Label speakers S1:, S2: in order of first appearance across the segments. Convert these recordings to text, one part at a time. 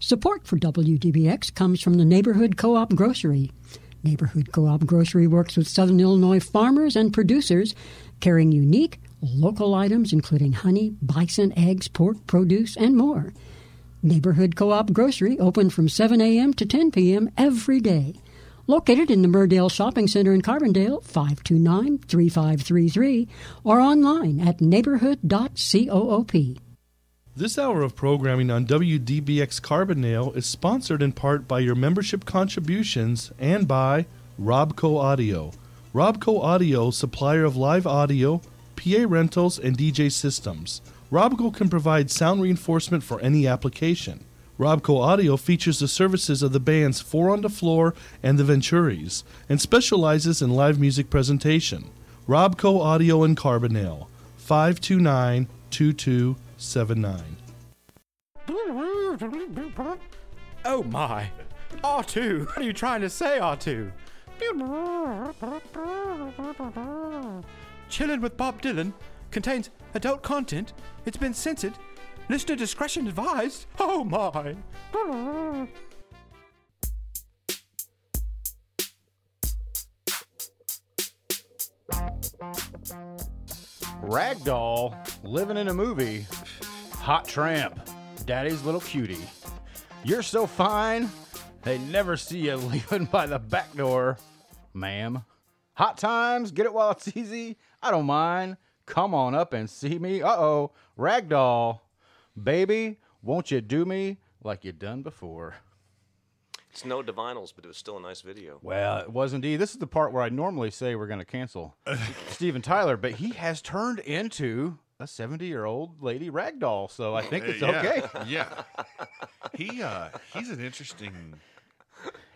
S1: Support for WDBX comes from the Neighborhood Co op Grocery. Neighborhood Co op Grocery works with Southern Illinois farmers and producers carrying unique, local items including honey, bison, eggs, pork, produce, and more. Neighborhood Co op Grocery open from 7 a.m. to 10 p.m. every day. Located in the Murdale Shopping Center in Carbondale, 529 3533, or online at neighborhood.coop.
S2: This hour of programming on WDBX Carbondale is sponsored in part by your membership contributions and by Robco Audio. Robco Audio, supplier of live audio, PA rentals, and DJ systems. Robco can provide sound reinforcement for any application. Robco Audio features the services of the bands Four on the Floor and the Venturis and specializes in live music presentation. Robco Audio in Carbondale, 529 2279.
S3: Oh my. R2. What are you trying to say, R2? Chillin' with Bob Dylan contains adult content. It's been censored. Listener discretion advised. Oh my.
S4: Ragdoll, living in a movie. Hot tramp, daddy's little cutie. You're so fine, they never see you leaving by the back door, ma'am. Hot times, get it while it's easy. I don't mind. Come on up and see me. Uh oh, ragdoll, baby, won't you do me like you done before?
S5: It's no divinals, but it was still a nice video.
S4: Well, it was indeed. This is the part where I normally say we're going to cancel Steven Tyler, but he has turned into a 70 year old lady ragdoll, so I think it's
S6: yeah,
S4: okay.
S6: Yeah. He uh he's an interesting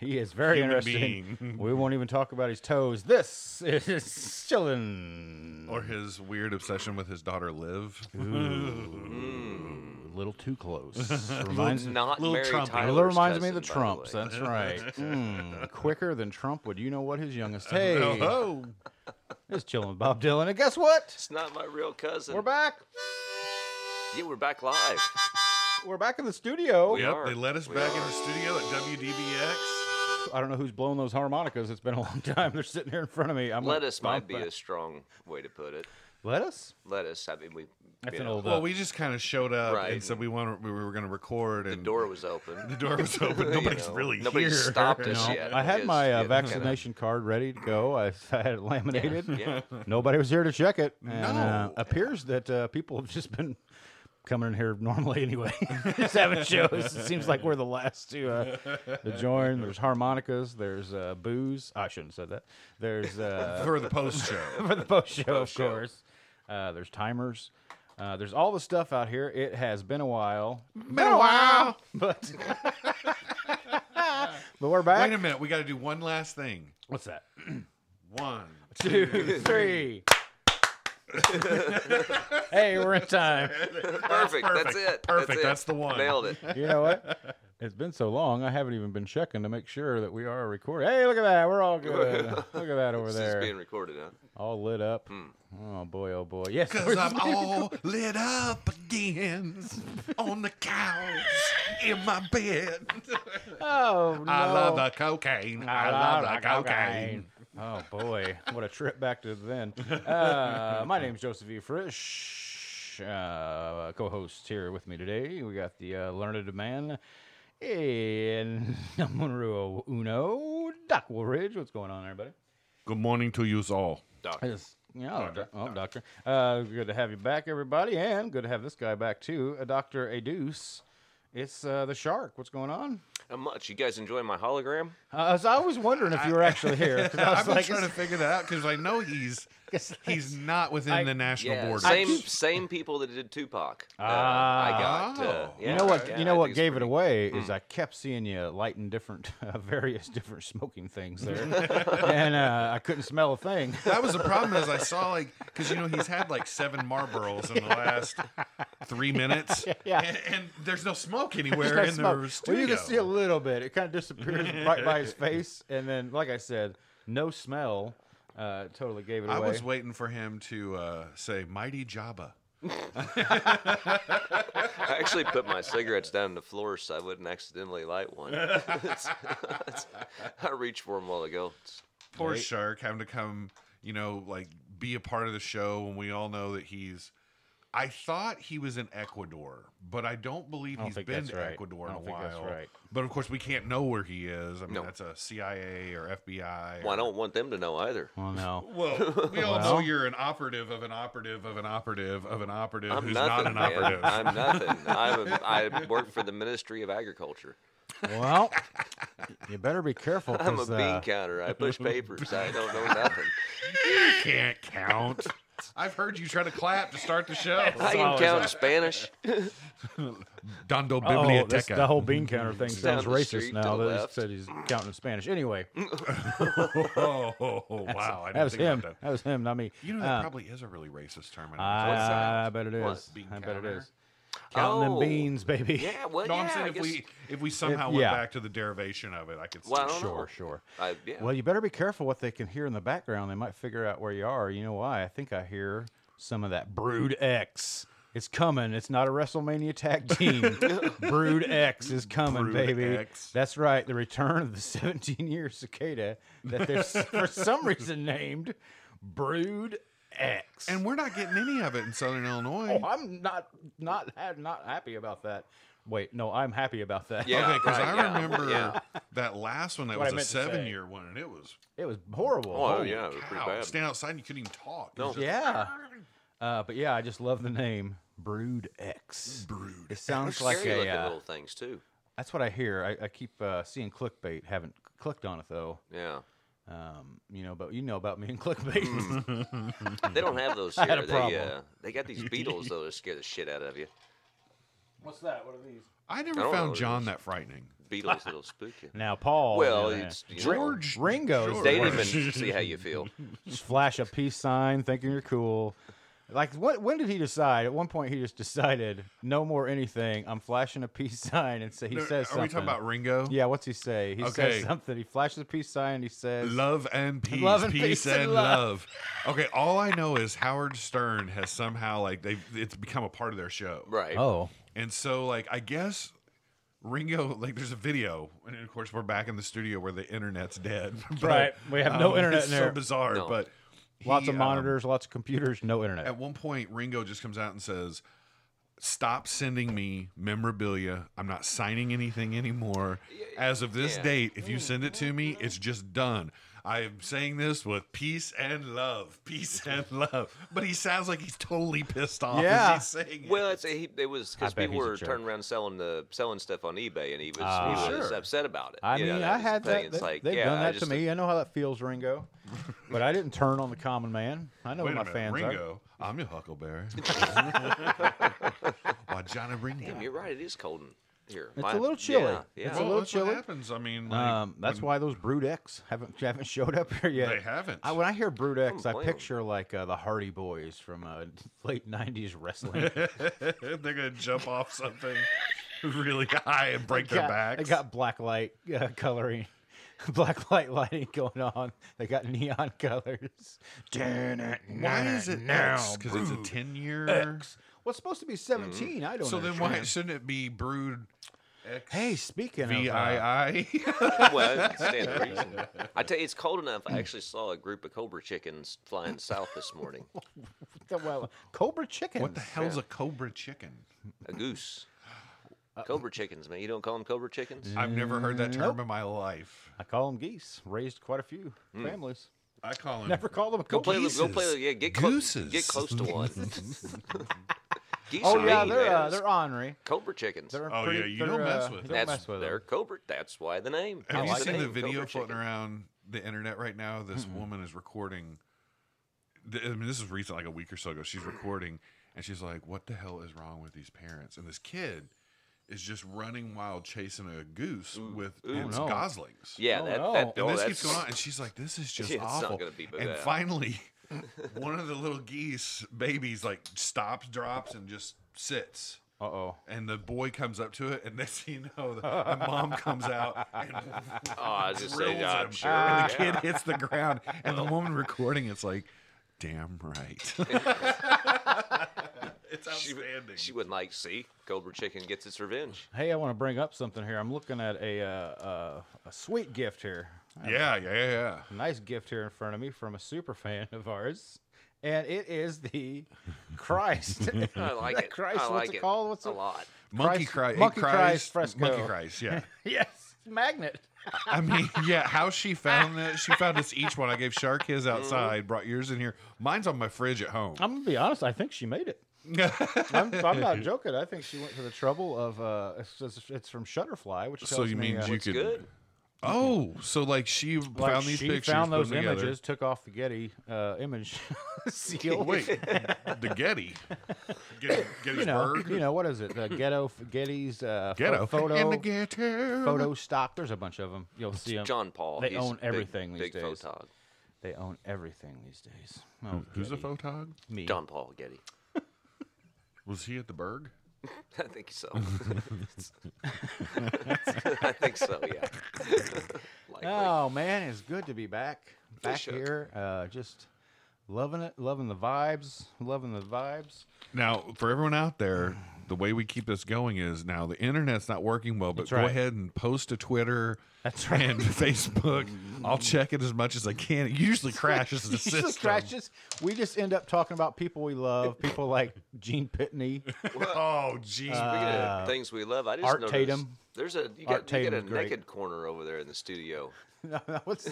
S4: He is very
S6: Human
S4: interesting.
S6: being.
S4: We won't even talk about his toes. This is chilling.
S6: or his weird obsession with his daughter Liv.
S4: a little too close. Reminds me.
S5: Not
S6: Little
S5: Mary
S6: Trump.
S5: Tyler's
S4: Little reminds me
S5: cousin,
S4: of the
S5: by
S4: Trumps.
S5: way.
S4: That's right. Mm, quicker than Trump would. You know what his youngest? Hey,
S6: Oh,
S4: it's chilling with Bob Dylan. And guess what?
S5: It's not my real cousin.
S4: We're back.
S5: Yeah, we're back live.
S4: We're back in the studio.
S6: yep,
S5: are.
S6: they let us
S5: We
S6: back in
S5: are.
S6: the studio at WDBX.
S4: I don't know who's blowing those harmonicas. It's been a long time. They're sitting here in front of me. I'm
S5: Lettuce might be
S4: a
S5: a strong way to put it.
S4: lettuce.
S5: Lettuce. I mean, we.
S4: That's
S5: you
S4: an
S5: know,
S4: old. uh,
S6: Well, we just kind of showed up
S5: Right.
S6: and said we want we were going to record
S5: The
S6: and
S5: door was open.
S6: the door was open. Nobody's
S5: know,
S6: really
S5: nobody
S6: here.
S5: stopped us
S4: No,
S5: yet.
S4: I had
S5: because,
S4: my
S5: you
S4: uh,
S5: know,
S4: vaccination card ready to go. I, I had it laminated.
S5: yeah.
S4: Nobody was here to check it. And, uh,
S6: No.
S4: appears that uh, people have just been coming in here normally anyway. just having shows. It seems like we're the last to, uh, to join. There's harmonicas. There's uh, booze. I shouldn't have said that. Thethere's uh,
S6: for the post show.
S4: for the post show, of course. Uh, there's timers. Uh, there's all the stuff out here. It has been a while,
S6: Been a while.
S4: but but we're back.
S6: Wait a minute, we got to do one last thing.
S4: What's that?
S6: One.
S4: Two, three. hey, we're in time.
S5: Perfect. That's
S6: perfect.
S5: it.
S6: Perfect,
S5: That's, it.
S6: that's the one.
S5: Nailed it.
S4: You know what? It's been so long, I haven't even been checking to make sure that we are recording. Hey, look at that. We're all good. Look at that over
S5: This is being
S4: there.
S5: recorded, huh?
S4: All lit up. Oh, boy, oh, boy. Yes.
S6: Hmm. Cause
S4: we're-
S6: I'm all lit up again on the couch in my bed.
S4: Oh, no.
S6: I love the cocaine. I, love, the cocaine.
S4: Oh boy, what a trip back to then. Uh, my name's Joseph E. Frisch. Uh, co-host here with me today, we got the uh, learned man in Monroe Uno, Doc Woolridge. What's going on, everybody?
S6: Good morning to you all.
S4: Yes. Yeah, oh, doc- oh, doctor. Uh, good to have you back, everybody, and good to have this guy back too, uh, Doctor Adeuce. It's uh, the shark. What's going on?
S5: How much? You guys enjoying my hologram?
S4: Uh, so I was wondering if you were actually here. 'cause I was
S6: I've been
S4: like,
S6: trying to figure that out because I know he's he's not within
S4: I-
S6: the national
S5: Yeah.
S6: borders.
S5: Same same people that did Tupac. Uh, I got. Uh,
S6: Oh.
S5: yeah,
S4: Ah. you know what?
S5: yeah,
S4: you
S5: I
S4: know what
S5: think it's
S4: gave it
S5: pretty- hmm.
S4: away is I kept seeing you lighting different, uh, various different smoking things there, and uh, I couldn't smell a thing.
S6: That was the problem is I saw like because you know he's had like seven Marlboros in the last three minutes.
S4: Yeah.
S6: And, and there's no smoke anywhere
S4: I
S6: in
S4: smelled-
S6: the
S4: well,
S6: studio.
S4: you can see a little bit. It kind of disappears right by his face, and then, like I said, no smell. Uh, totally gave it
S6: I
S4: away.
S6: was waiting for him to uh, say "Mighty Jabba."
S5: I actually put my cigarettes down on the floor so I wouldn't accidentally light one. It's- it's- I reached for them while ago. It's-
S6: Poor Shark having to come, you know, like be a part of the show when we all know that he's. I thought he was in Ecuador, but I don't believe
S4: don't
S6: he's
S4: think
S6: been
S4: that's
S6: to
S4: right.
S6: Ecuador
S4: I
S6: in a
S4: don't think that's
S6: while.
S4: right.
S6: But of course, we can't know where he is. I mean,
S5: No.
S6: that's a CIA or FBI.
S5: Well, I
S6: or-
S5: don't want them to know either.
S4: Well, no.
S6: Well, we all know
S4: Well.
S6: you're an operative of an operative of an operative of an operative
S5: I'm
S6: who's not
S5: nothing.
S6: an
S5: man.
S6: operative.
S5: I'm nothing. I'm a, I work for the Ministry of Agriculture.
S4: Well, you better be careful.
S5: I'm a
S4: 'cause,
S5: bean
S4: uh,
S5: counter. I push papers. I don't know nothing.
S6: You can't count. I've heard you try to clap to start the show.
S5: I can count Spanish.
S6: Dondo
S4: Oh, that's-
S6: Biblioteca.
S4: the whole bean counter thing
S5: down
S4: sounds
S5: the
S4: racist
S5: street
S4: now. That
S5: to the
S4: he
S5: left. Mm.
S4: said he's counting in Spanish. Anyway,
S6: oh, oh, oh, wow! I didn't
S4: that was
S6: think about
S4: him. That.
S6: that.
S4: was him, not me.
S6: You know that
S4: Uh,
S6: probably is a really racist term.
S5: What's that?
S4: I, I bet it
S5: What,
S4: is.
S6: bean
S4: I bet it
S6: counter?
S4: is. Counting them
S5: Oh.
S4: beans, baby.
S5: Yeah, well,
S6: no,
S5: yeah.
S6: I'm saying
S5: I
S6: if
S5: guess-
S6: we if we somehow
S4: yeah.
S6: went back to the derivation of it, I could. see
S5: Well, I
S6: it.
S5: don't know.
S4: Sure, sure.
S5: I, yeah.
S4: Well, you better be careful what they can hear in the background. They might figure out where you are. You know why? I think I hear some of that Brood X. It's coming. It's not a WrestleMania tag team. Brood X is coming,
S6: Brood
S4: baby.
S6: X.
S4: That's right. The return of the 17 year cicada that they're s- for some reason named Brood X.
S6: And we're not getting any of it in Southern Illinois.
S4: oh, I'm not not ha- not happy about that. Wait, no, I'm happy about that.
S5: Yeah,
S6: okay, because
S5: right,
S6: I
S5: yeah,
S6: remember
S5: yeah.
S6: that last one that
S4: What I
S6: was a
S4: meant to say.
S6: seven year one, and it was
S4: It was horrible.
S5: Oh,
S4: Holy
S5: yeah, it was pretty
S6: cow,
S5: bad.
S6: Stand outside and you couldn't even talk. It was just-
S4: Yeah. Uh, but yeah, I just love the name Brood X. Brood. It sounds like
S5: scary
S4: a.
S5: looking
S4: Uh,
S5: little things too.
S4: that's what I hear. I, I keep uh, seeing clickbait. Haven't clicked on it though.
S5: Yeah,
S4: Um, you know, but you know about me and clickbait.
S5: Mm. they don't have those
S4: had
S5: here.
S4: a
S5: They
S4: problem.
S5: uh, they got these beetles though that scare the shit out of you.
S4: What's that? What are these?
S6: I never
S5: I don't know
S6: found
S5: what it
S6: John
S5: is.
S6: that frightening.
S5: Beetles that'll spook you.
S4: Now, Paul.
S5: Well,
S4: yeah,
S5: it's you know,
S6: George
S4: Ringo's
S6: George.
S5: They didn't even see how you feel.
S4: just flash a peace sign, thinking you're cool. Like what? When did he decide? At one point, he just decided no more anything. I'm flashing a peace sign, and so he
S6: No,
S4: says
S6: Are
S4: something.
S6: we talking about Ringo?
S4: Yeah, what's he say? He
S6: Okay.
S4: says something. He flashes a peace sign. and He says,
S6: Love and peace,
S4: Love and
S6: peace,
S4: peace
S6: and,
S4: and
S6: love. Okay, all I know is Howard Stern has somehow like they have it's become a part of their show,
S5: Right.
S4: "Oh,
S6: And so like I guess Ringo like there's a video, and of course we're back in the studio where the internet's dead. But, um,
S4: Right, we have no internet
S6: It's
S4: in
S6: so
S4: there.
S6: bizarre,
S5: No.
S6: but
S4: Lots
S6: he,
S4: of
S6: um,
S4: monitors, lots of computers, no internet.
S6: at one point, Ringo just comes out and says. Stop sending me memorabilia. I'm not signing anything anymore. As of this
S5: yeah.
S6: date, if you send it to me, it's just done. I'm saying this with peace and love, peace and love. But he sounds like he's totally pissed off
S4: Yeah.
S6: as he's saying it.
S5: Well, it's, he, it was because
S4: bet
S5: people
S4: he's a
S5: were
S4: jerk.
S5: turning around selling the selling stuff on eBay, and he was,
S4: Ah.
S5: he was
S6: Sure.
S5: upset about it.
S4: I
S5: You
S4: mean,
S5: know,
S4: I
S5: was the
S4: had
S5: thing.
S4: that.
S5: It's
S4: that-
S5: like,
S4: they've
S5: yeah,
S4: done
S5: I
S4: that to
S5: just-
S4: me. I know how that feels, Ringo. But I didn't turn on the common man. I know
S6: Wait
S4: what my
S6: a minute,
S4: fans are.
S6: Ringo. I'm your Huckleberry. Why, Johnny Ringo?
S5: Damn, you're right. It is cold in here.
S4: It's
S5: My-
S4: a little chilly.
S5: Yeah, yeah.
S4: It's a
S6: Well,
S4: little
S6: that's
S4: chilly.
S6: what happens. I mean, like,
S4: Um, that's why those Brood X haven't haven't showed up here yet.
S6: They haven't.
S4: I, when I hear Brood X, I
S5: blame 'em.
S4: picture like uh, the Hardy Boys from uh, late '90s wrestling.
S6: they're gonna jump off something really high and break their
S4: got-
S6: backs.
S4: They got black light uh, coloring, black light lighting going on. They got neon colors.
S6: why is it now? Because it's a ten year.
S4: Well, it's supposed to be
S5: Mm-hmm.
S4: 17. I don't
S6: So then
S4: understand.
S6: why shouldn't it be brewed?
S4: Hey, speaking
S6: V
S4: of. uh,
S6: I I.
S5: well, it stands to reason. I tell you, it's cold enough. I actually saw a group of cobra chickens flying south this morning.
S4: the- well, Cobra Chickens.
S6: What the hell's a cobra chicken?
S5: A goose.
S4: Uh,
S5: Cobra chickens, man. You don't call them cobra chickens?
S6: I've never heard that term in my life.
S4: I call them geese. Raised quite a few families.
S6: I call him.
S4: Never call them a
S5: Mm. Go
S4: cobra.
S5: play. with- Go play.
S6: Geeses.
S5: with- Yeah, get close. Get
S6: Gooses.
S5: close to one. Geese
S4: Oh
S5: are
S4: yeah,
S5: mean,
S4: they're
S5: man.
S4: uh, they're ornery.
S5: Cobra chickens.
S4: They're
S6: Oh,
S4: pretty,
S6: yeah, you
S4: they're,
S6: don't mess
S4: uh,
S6: with
S4: Don't
S5: That's
S4: mess with
S5: they're
S4: them.
S5: cobra. That's why the name.
S6: Have
S5: I
S6: you
S5: like
S6: seen the
S5: name,
S6: video
S5: cobra
S6: floating
S5: chicken.
S6: around the internet right now? This woman is recording. th- I mean, this is recent, like a week or so ago. She's recording, and she's like, "What the hell is wrong with these parents?" And this kid is just running wild, chasing a goose with its
S4: no.
S6: goslings.
S5: Yeah,
S4: Oh,
S5: that,
S4: no.
S5: that
S6: And
S5: oh,
S6: this
S5: that's,
S6: keeps going on, and she's like, "This is just
S5: It's not
S6: awful."
S5: gonna be
S6: and
S5: bad.
S6: finally, one of the little geese babies like stops, drops, and just sits.
S4: Uh oh.
S6: And the boy comes up to it, and next thing you know, the, the mom comes out and
S5: Oh, I was just
S6: drills
S5: saying, I'm
S6: him,
S4: Ah.
S5: sure.
S6: And the
S5: yeah.
S6: kid hits the ground, and the woman recording it's like, damn right. it's
S5: She, w-
S6: outstanding.
S5: she wouldn't like, see, Goldberg Chicken gets its revenge.
S4: Hey, I want to bring up something here. I'm looking at a uh, uh, a sweet gift here.
S6: yeah, yeah, yeah, yeah.
S4: A nice gift here in front of me from a super fan of ours. And it is the Christ.
S5: I like it.
S4: Christ, what's
S5: I like
S4: it
S5: it
S4: called? What's
S5: a
S4: it-
S5: lot.
S6: Monkey
S4: Christ-
S6: Christ,
S4: Monkey Christ
S6: Christ, Monkey
S4: fresco.
S6: Christ. Yeah,
S4: yes, magnet.
S6: I mean, yeah. How she found that? She found us each one. I gave Shark his
S5: Mm-hmm.
S6: outside, brought yours in here. Mine's on my fridge at home.
S4: I'm gonna be honest. I think she made it. I'm, I'm not joking. I think she went to the trouble of. Uh, it's, it's- it's from Shutterfly, which
S6: so
S4: tells
S6: you
S4: me,
S6: mean
S4: uh,
S6: you
S5: It's
S6: could?
S5: good.
S6: Oh, so like she
S4: like
S6: found these
S4: she
S6: pictures,
S4: found
S6: put
S4: those
S6: them together.
S4: images, took off the Getty uh, image seal.
S6: Oh, Wait, the Getty, Getty
S4: you know,
S6: Gettysburg,
S4: you know what is it? The ghetto, Getty's uh, pho-
S6: ghetto,
S4: photo,
S6: in the ghetto.
S4: photo stock. There's a bunch of them. You'll see them.
S5: John Paul.
S4: They
S5: he's
S4: own
S5: big-
S4: everything these
S5: big
S4: days.
S5: photog.
S4: They own everything these days. Oh,
S6: Who's the
S4: Getty.
S6: photog?
S4: Me.
S5: John Paul Getty.
S6: Was he at the Berg?
S5: I think so. I think so. Yeah. Likely.
S4: Oh man, it's good to be back, back
S5: shook.
S4: here. Uh, just loving it, loving the vibes, loving the vibes.
S6: Now, for everyone out there, the way we keep this going is now the internet's not working well, but
S4: That's
S6: go
S4: right.
S6: ahead and post to Twitter.
S4: That's right.
S6: And Facebook. I'll check it as much as I can. It usually crashes the
S4: It's
S6: system.
S4: just crashes. We just end up talking about people we love, people like Gene Pitney.
S6: Oh, geez.
S5: Speaking of things we love, I just
S4: Uh, Art
S5: noticed
S4: Tatum.
S5: there's a you
S4: Art
S5: got, you got a
S4: Tatum's great.
S5: naked corner over there in the studio.
S4: No, no, what's-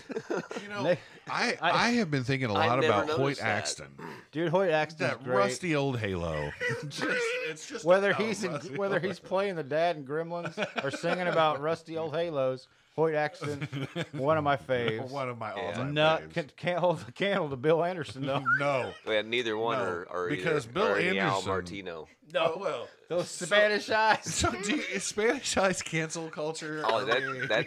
S6: you know,
S4: Nick-
S6: I, I have been thinking a
S5: I
S6: lot
S5: never
S6: about Hoyt
S5: noticed that.
S6: Axton.
S4: dude, Hoyt Axton's
S6: That
S4: great.
S6: rusty old halo. just, it's just
S4: whether
S6: a
S4: he's in,
S6: Oh, rusty
S4: whether
S6: old-
S4: he's playing the dad in Gremlins or singing about rusty old halos, Hoyt Axton, one of my faves.
S6: one of my all time
S4: Not can, can't hold the candle to Bill Anderson though.
S6: no.
S5: Yeah, neither one
S6: No,
S5: are, are
S6: because
S5: either,
S6: Bill
S5: are any Al
S6: Anderson-
S5: Martino.
S6: No. Oh, well.
S4: Those Spanish eyes.
S6: So, do you, is Spanish eyes cancel culture?
S5: Oh,
S6: Are we-
S5: that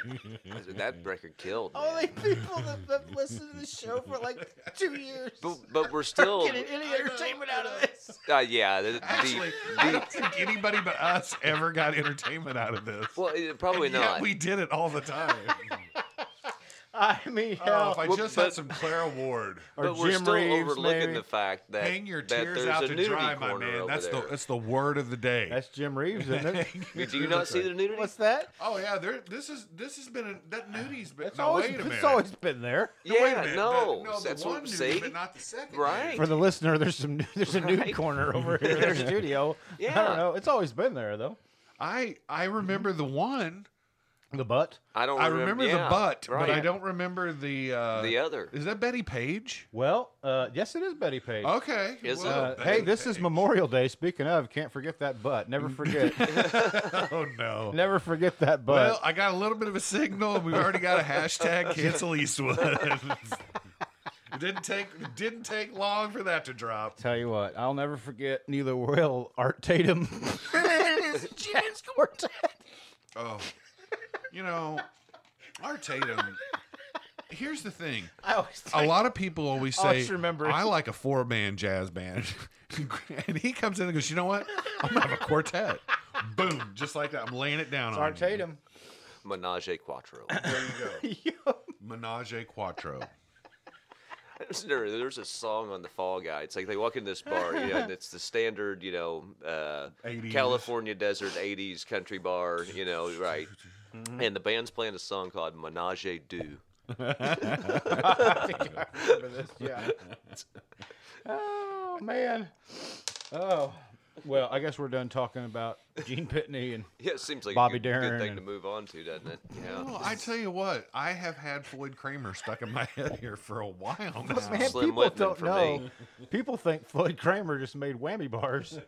S5: that that record killed. man.
S4: Only people that have listened to the show for like two years.
S5: But, but we're still,
S4: Getting any entertainment out of this?
S5: uh, yeah. The, the,
S6: Actually, I don't think anybody but us ever got entertainment out of this.
S5: well, eh, probably
S6: And yet
S5: not.
S6: we did it all the time.
S4: I mean,
S6: oh,
S4: hell,
S6: if I
S5: Well,
S6: just had
S5: but-
S6: some Clara Ward.
S4: or
S5: but we're
S4: Jim
S5: still
S4: Reeves,
S5: overlooking
S4: maybe.
S5: the fact that
S6: Hang your
S5: that
S6: tears
S5: there's
S6: out
S5: a
S6: to
S5: nudity
S6: dry, my
S5: corner
S6: man.
S5: over
S6: That's
S5: there.
S6: the that's the word of the day.
S4: That's Jim Reeves, isn't it?
S6: Hang your
S5: Do you
S6: tears
S5: not
S6: out
S5: see
S6: dry.
S5: the nudity?
S4: What's that?
S6: Oh yeah, there. This is this has been a, that nudie's been.
S4: It's
S6: no,
S4: always
S6: wait a minute.
S4: it's always been there.
S5: yeah,
S6: Wait a minute.
S5: no,
S6: the, no the
S5: that's
S6: one
S5: what I'm
S6: nudie,
S5: saying.
S6: but not the second.
S5: Right.
S4: For the listener, there's some there's a nude
S5: Right.
S4: corner over here in our studio. I
S5: Yeah.
S4: don't know. It's always been there though.
S6: I I remember the one.
S4: The butt.
S5: I don't.
S6: I remember
S5: yeah,
S6: the butt,
S5: right.
S6: but I don't remember the uh,
S5: The other.
S6: Is that Betty Page?
S4: Well, uh, yes, it is Betty Page.
S6: Okay.
S5: Is it?
S4: Uh,
S6: Betty
S4: hey, this is
S6: Page.
S4: Memorial Day. Speaking of, can't forget that butt. Never forget.
S6: Oh no.
S4: Never forget that butt.
S6: Well, I got a little bit of a signal, and we've already got a hashtag cancel Eastwood. it didn't take it didn't take long for that to drop.
S4: Tell you what, I'll never forget. Neither will Art Tatum. Jazz Quartet.
S6: Oh, you know, our Tatum. Here's the thing:
S4: I always
S6: a lot of people always
S4: I
S6: say,
S4: just remember-
S6: "I like a four man jazz band," and he comes in and goes, "You know what? I'm gonna have a quartet." Boom, just like that. I'm laying it down on
S4: Art
S6: you.
S4: Tatum.
S5: Menage a Quattro.
S6: There you go. Menage a Quattro.
S5: There's- there- There's a song on the Fall Guy. It's like they walk in this bar, you know, and it's the standard, you know, uh,
S6: 80s.
S5: California desert '80s country bar, you know, right? And the band's playing a song called Menage a Deux.
S4: Remember this? Yeah. Oh man. Oh. Well, I guess we're done talking about Gene Pitney and
S5: Yeah, it seems like
S4: Bobby
S5: a good,
S4: Darin
S5: good thing
S4: and-
S5: to move on to, doesn't it?
S6: Well,
S5: Yeah.
S6: I tell you what, I have had Floyd Kramer stuck in my head here for a while now.
S4: Man,
S5: Slim
S4: people
S5: Whitman
S4: don't
S5: for
S4: know.
S5: me.
S4: People think Floyd Kramer just made whammy bars.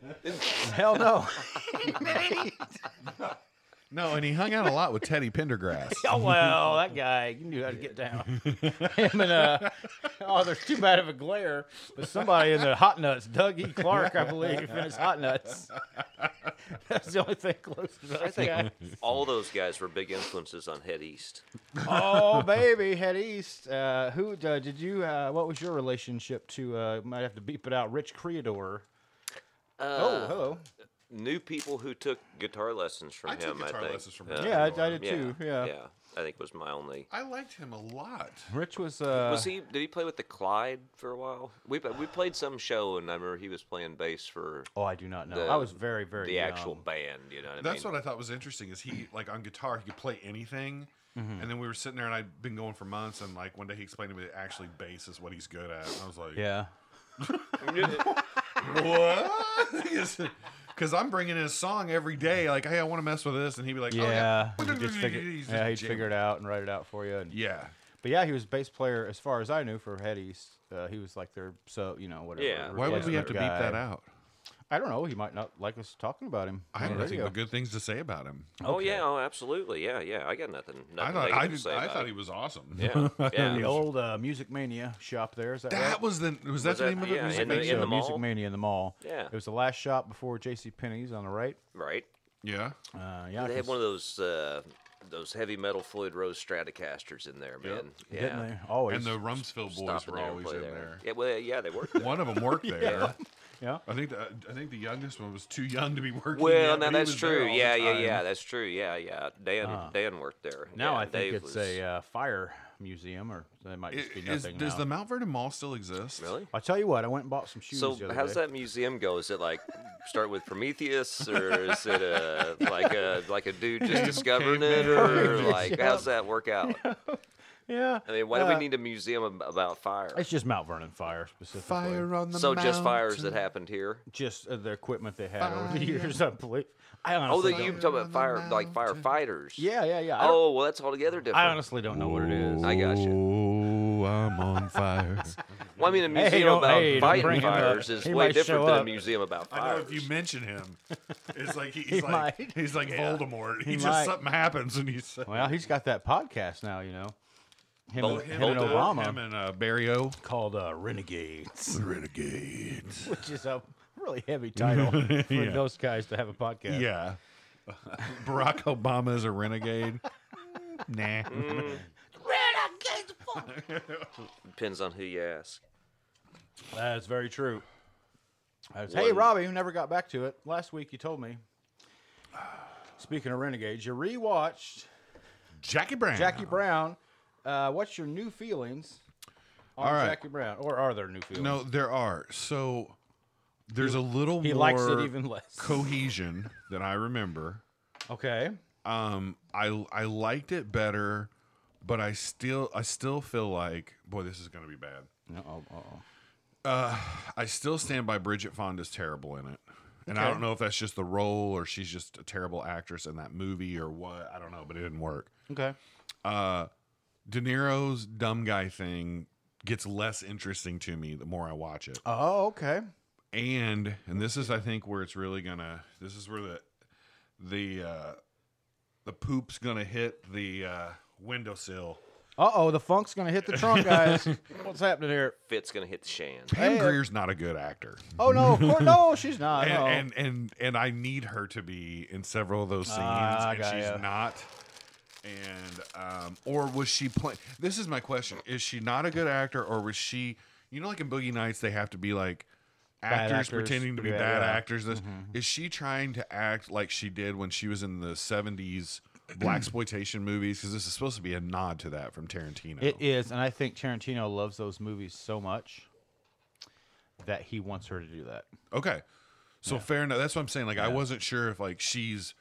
S4: Hell no.
S6: No, and he hung out a lot with Teddy Pendergrass.
S4: oh well, that guy you knew how to get down. Him and uh, oh, there's too bad of a glare. But somebody in the hot nuts, Doug E. Clark, I believe, in his hot nuts. That's the only thing close to that
S5: I
S4: guy.
S5: think all those guys were big influences on Head East.
S4: Oh baby, head east. Uh, who uh, did you? Uh, what was your relationship to? Uh, might have to beep it out. Rich Creador.
S5: Uh,
S4: oh, hello.
S5: knew people who took guitar lessons from
S6: I
S5: him.
S6: took guitar
S5: I think.
S6: lessons from
S5: yeah.
S6: him.
S5: Yeah.
S6: Yeah,
S4: Yeah, I,
S6: I
S4: I did
S5: uh, Yeah.
S4: too. Yeah.
S5: I think was my only.
S6: I liked him a lot.
S4: Rich was. Uh,
S5: Was he? Did he play with the Clyde for a while? We we played some show, and I remember he was playing bass for
S4: Oh, I do not know.
S5: the-
S4: I was very, very.
S5: the
S4: young.
S5: actual band. You know what I
S6: That's
S5: mean?
S6: what I thought was interesting is he like on guitar he could play anything. And then we were sitting there and I'd been going for months and like one day he explained to me that actually bass is what he's good at. And I was like,
S4: Yeah.
S6: what? Because I'm bringing in a song every day like, hey, I want to mess with this. And he'd be like, oh,
S4: Yeah.
S6: yeah.
S4: He just figured,
S6: He's just
S4: yeah, he'd
S6: jamming.
S4: figure it out and write it out for you. And,
S6: Yeah.
S4: But yeah, he was bass player as far as I knew for Head East. Uh, he was like their so you know whatever.
S5: Yeah.
S6: Why would we have
S4: replacement
S6: to beep that
S4: guy.
S6: out?
S4: I don't know. He might not like us talking about him.
S6: I
S4: on
S6: have
S4: the
S6: nothing
S4: radio.
S6: but good things to say about him.
S5: Oh yeah, oh absolutely, yeah, yeah. I got nothing.
S6: I
S5: nothing
S6: thought I,
S5: negative to
S6: did,
S5: say
S6: I
S5: about
S6: thought
S5: it.
S6: he was awesome.
S5: Yeah, yeah.
S4: The old uh, Music Mania shop there. Is that, right?
S6: That was the was that
S5: Was
S6: the
S5: that-
S6: name of it?
S5: yeah,
S6: Music
S5: in the-
S6: Mania?
S5: in the
S4: Music
S5: mall?
S4: Mania in the mall.
S5: Yeah.
S4: It was the last shop before J.C. Penney's on the right.
S5: right.
S6: yeah.
S4: Uh, yeah.
S5: They had
S4: 'cause-
S5: one of those uh, those heavy metal Floyd Rose Stratocasters in there, man. Yeah.
S4: Didn't they? Always.
S6: And the Rumsfeld boys
S5: Stopping
S6: were
S5: there and
S6: always
S5: play
S6: in
S5: there.
S6: there.
S5: Yeah, well, yeah, they were.
S6: One of them worked there.
S4: Yeah.
S6: I think the I think the youngest one was too young to be working.
S5: Well,
S6: yet,
S5: now
S6: but he
S5: that's
S6: was there
S5: true.
S6: all the
S5: Yeah, yeah,
S6: time.
S5: yeah. That's true. Yeah, yeah. Dan, Dan worked there.
S4: Now
S5: Yeah,
S4: I think
S5: Dave
S4: it's
S5: was-
S4: a uh, fire museum, or they might just be
S6: I- is-
S4: nothing
S6: does
S4: now.
S6: the Mount Vernon Mall still exist?
S5: really.
S4: I tell you what, I went and bought some shoes.
S5: So
S4: the other
S5: how's
S4: day.
S5: that museum go? Is it like start with Prometheus, or is it a, like a like a dude just discovering it, or like how's that work out?
S4: Yeah.
S5: I mean, why do
S4: Uh,
S5: we need a museum ab- about fire?
S4: It's just Mount Vernon fire specifically.
S6: Fire on the
S5: So just fires that
S6: mountain.
S5: happened here.
S4: Just uh, the equipment they had over the years, I believe. I
S5: Oh,
S4: honestly.
S5: that
S4: don't-
S5: you were talking about fire, like firefighters.
S4: Yeah, yeah, yeah. I, don't-
S5: Oh, well, that's altogether different.
S4: I honestly don't know what it is.
S5: I got you.
S6: Oh, I'm on fire.
S5: Well, I mean, a museum
S4: Hey, don't-
S5: about
S4: hey, don't bring
S5: fighting
S4: him up.
S5: fires is
S4: He
S5: way
S4: might show
S5: different than a
S4: up.
S5: museum about fires.
S6: I know if you mention him, it's like he- he's like
S4: might.
S6: he's like Voldemort. He,
S4: He
S6: just
S4: might.
S6: something happens and he's
S4: Well, he's got that podcast now, you know. Him,
S5: Both
S4: and, him and
S5: Both
S4: Obama
S6: Oh, him and uh, Barry O.
S4: called uh, Renegades,
S6: Renegades.
S4: which is a really heavy title for
S6: Yeah.
S4: those guys to have a podcast.
S6: Yeah. Barack Obama is a renegade. nah.
S5: Depends on who you ask.
S4: That's very true. I was-
S5: One-
S4: hey, Robbie, who never got back to it. Last week you told me. Speaking of renegades, you rewatched
S6: Jackie Brown.
S4: Jackie Brown. Uh, what's your new feelings on
S6: All right.
S4: Jackie Brown, or are there new feelings?
S6: No, there are. So there's a little
S4: he
S6: more
S4: likes it even less.
S6: cohesion that I remember.
S4: Okay,
S6: Um I I liked it better, but I still I still feel like boy this is going to be bad.
S4: no, oh, oh.
S6: I still stand by Bridget Fonda's terrible in it. And I don't know if that's just the role or she's just a terrible actress in that movie or what. I don't know, but it didn't work.
S4: okay.
S6: uh De Niro's dumb guy thing gets less interesting to me the more I watch it.
S4: Oh, okay.
S6: And and this is I think where it's really gonna this is where the the uh the poop's gonna hit the uh windowsill.
S4: Uh oh, the funk's gonna hit the trunk, guys. What's happening here?
S5: Fit's gonna hit the shan.
S6: Pam
S4: Hey, uh,
S6: Greer's not a good actor.
S4: Oh no, of course, no, she's not.
S6: And,
S4: no.
S6: and and and I need her to be in several of those scenes
S4: Ah,
S6: and
S4: got
S6: she's
S4: ya.
S6: not. And um or was she playing This is my question. Is she not a good actor or was she you know like in Boogie Nights they have to be like
S4: Bad
S6: actors,
S4: actors,
S6: pretending to be
S4: yeah,
S6: bad
S4: yeah. Mm-hmm.
S6: actors. This is she trying to act like she did when she was in the 70s black exploitation movies cuz this is supposed to be a nod to that from Tarantino.
S4: It is, and I think Tarantino loves those movies so much that he wants her to do that.
S6: okay. So fair enough. That's what I'm saying like I wasn't sure if like she's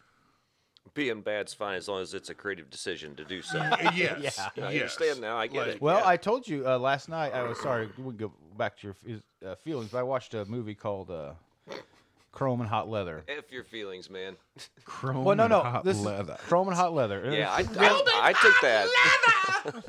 S5: Being bad's fine as long as it's a creative decision to do so.
S6: yes.
S5: I
S6: yes.
S5: understand now. I get
S6: Like,
S5: it.
S4: Well,
S5: yeah.
S4: I told you uh, last night. I was sorry. We can go back to your uh, feelings, but I watched a movie called uh, Chrome and Hot Leather.
S5: F your feelings, man.
S6: Chrome
S4: Well, no,
S6: and
S4: no,
S6: hot
S4: this
S6: leather.
S4: is Chrome and Hot Leather.
S5: Yeah, I, I, I took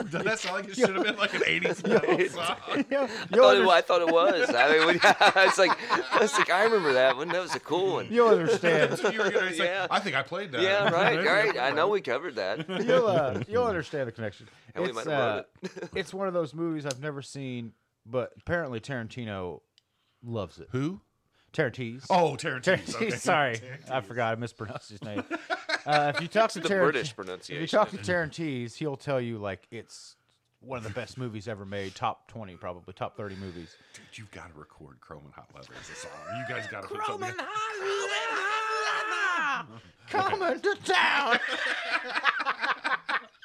S5: that.
S6: That's like it should have been like an 80s song.
S4: yeah,
S5: I
S4: you'll,
S5: thought,
S4: under-
S5: it, I thought it was. I mean, when, I was like, I was like, I remember that one. That was a cool one.
S4: you'll understand.
S6: You were gonna say,
S5: Yeah.
S6: I think I played that.
S5: Yeah, right, right. I know we covered that.
S4: You'll, uh, you'll understand the connection.
S5: And we
S4: it's,
S5: might have
S4: uh, it's one of those movies I've never seen, but apparently Tarantino loves it.
S6: Who?
S4: Tarantino's.
S6: Oh, Tarantino.
S4: Tarantino.
S6: Okay.
S4: Sorry, I forgot. I mispronounced his name. Uh, if you talk to
S5: The
S4: Tarant-
S5: British
S4: if you
S5: pronunciation.
S4: talk to Tarantino, he'll tell you like it's one of the best movies ever made. Top twenty, probably top thirty movies.
S6: Dude, you've got to record Chrome and Hot Leather as a song. You guys got to put something.
S4: coming to town.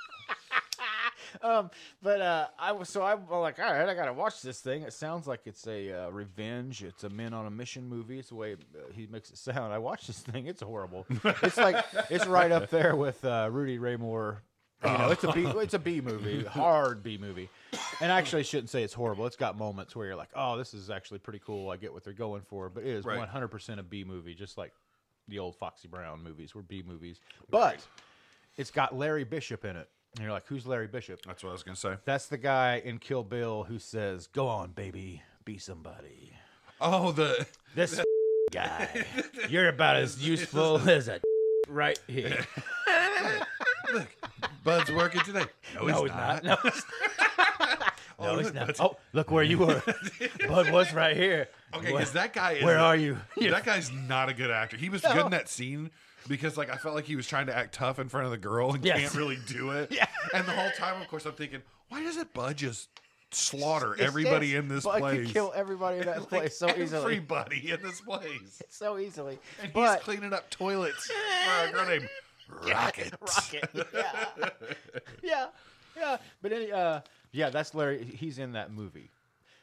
S4: um, but uh, I was so I'm like, all right, I gotta watch this thing. It sounds like it's a uh, revenge. It's a men on a mission movie. It's the way uh, he makes it sound. I watched this thing. It's horrible. It's like it's right up there with uh, Rudy Ray Moore. You know, it's a B, it's a B movie, hard B movie. And I actually shouldn't say it's horrible. It's got moments where you're like, oh, this is actually pretty cool. I get what they're going for, but it is
S6: Right.
S4: 100% a B movie, just like the old Foxy Brown movies were B movies, but it's got Larry Bishop in it. And you're like, who's Larry Bishop?
S6: That's what I was gonna say.
S4: That's the guy in Kill Bill who says, "Go on, baby, be somebody."
S6: Oh, the
S4: This guy, you're about as useful as a right here.
S6: Bud's working today. No,
S4: No,
S6: it's
S4: he's
S6: not.
S4: not. No, he's not. No, he's not. Oh, look where you were. Bud was right here.
S6: Okay,
S4: Where-
S6: because that guy. Is,
S4: Where are you?
S6: That guy's not a good actor. He was good in that scene because, like, I felt like he was trying to act tough in front of the girl and
S4: Yes.
S6: can't really do it.
S4: Yeah.
S6: And the whole time, of course, I'm thinking, why doesn't Bud just slaughter everybody in this
S4: Bud
S6: place?
S4: could kill everybody in that
S6: Like,
S4: place so easily.
S6: Everybody in this place.
S4: So easily.
S6: And
S4: but
S6: he's cleaning up toilets for a girl named Rocket.
S4: rocket. Yeah. yeah. Yeah. But any, uh, yeah, that's Larry. He's in that movie.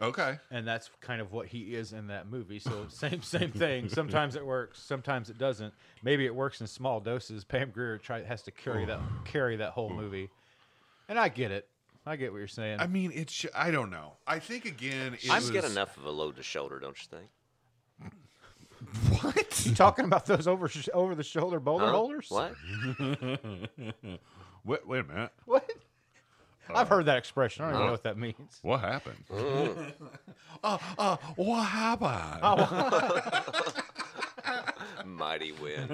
S6: Okay.
S4: And that's kind of what he is in that movie. So same same thing. Sometimes it works, sometimes it doesn't. Maybe it works in small doses. Pam Grier try, has to carry that carry that whole movie. And I get it. I get what you're saying.
S6: I mean, it's. sh- I don't know. I think again. It
S5: She's
S6: was,
S5: got enough of a load to shoulder, don't you think?
S6: What?
S4: You talking about those over over the shoulder boulder
S5: Huh?
S4: holders?
S5: What?
S6: Wait, wait a minute.
S4: What? I've heard that expression. I don't even know what that means.
S6: What happened? uh, uh, what happened?
S4: Oh,
S5: Mighty win.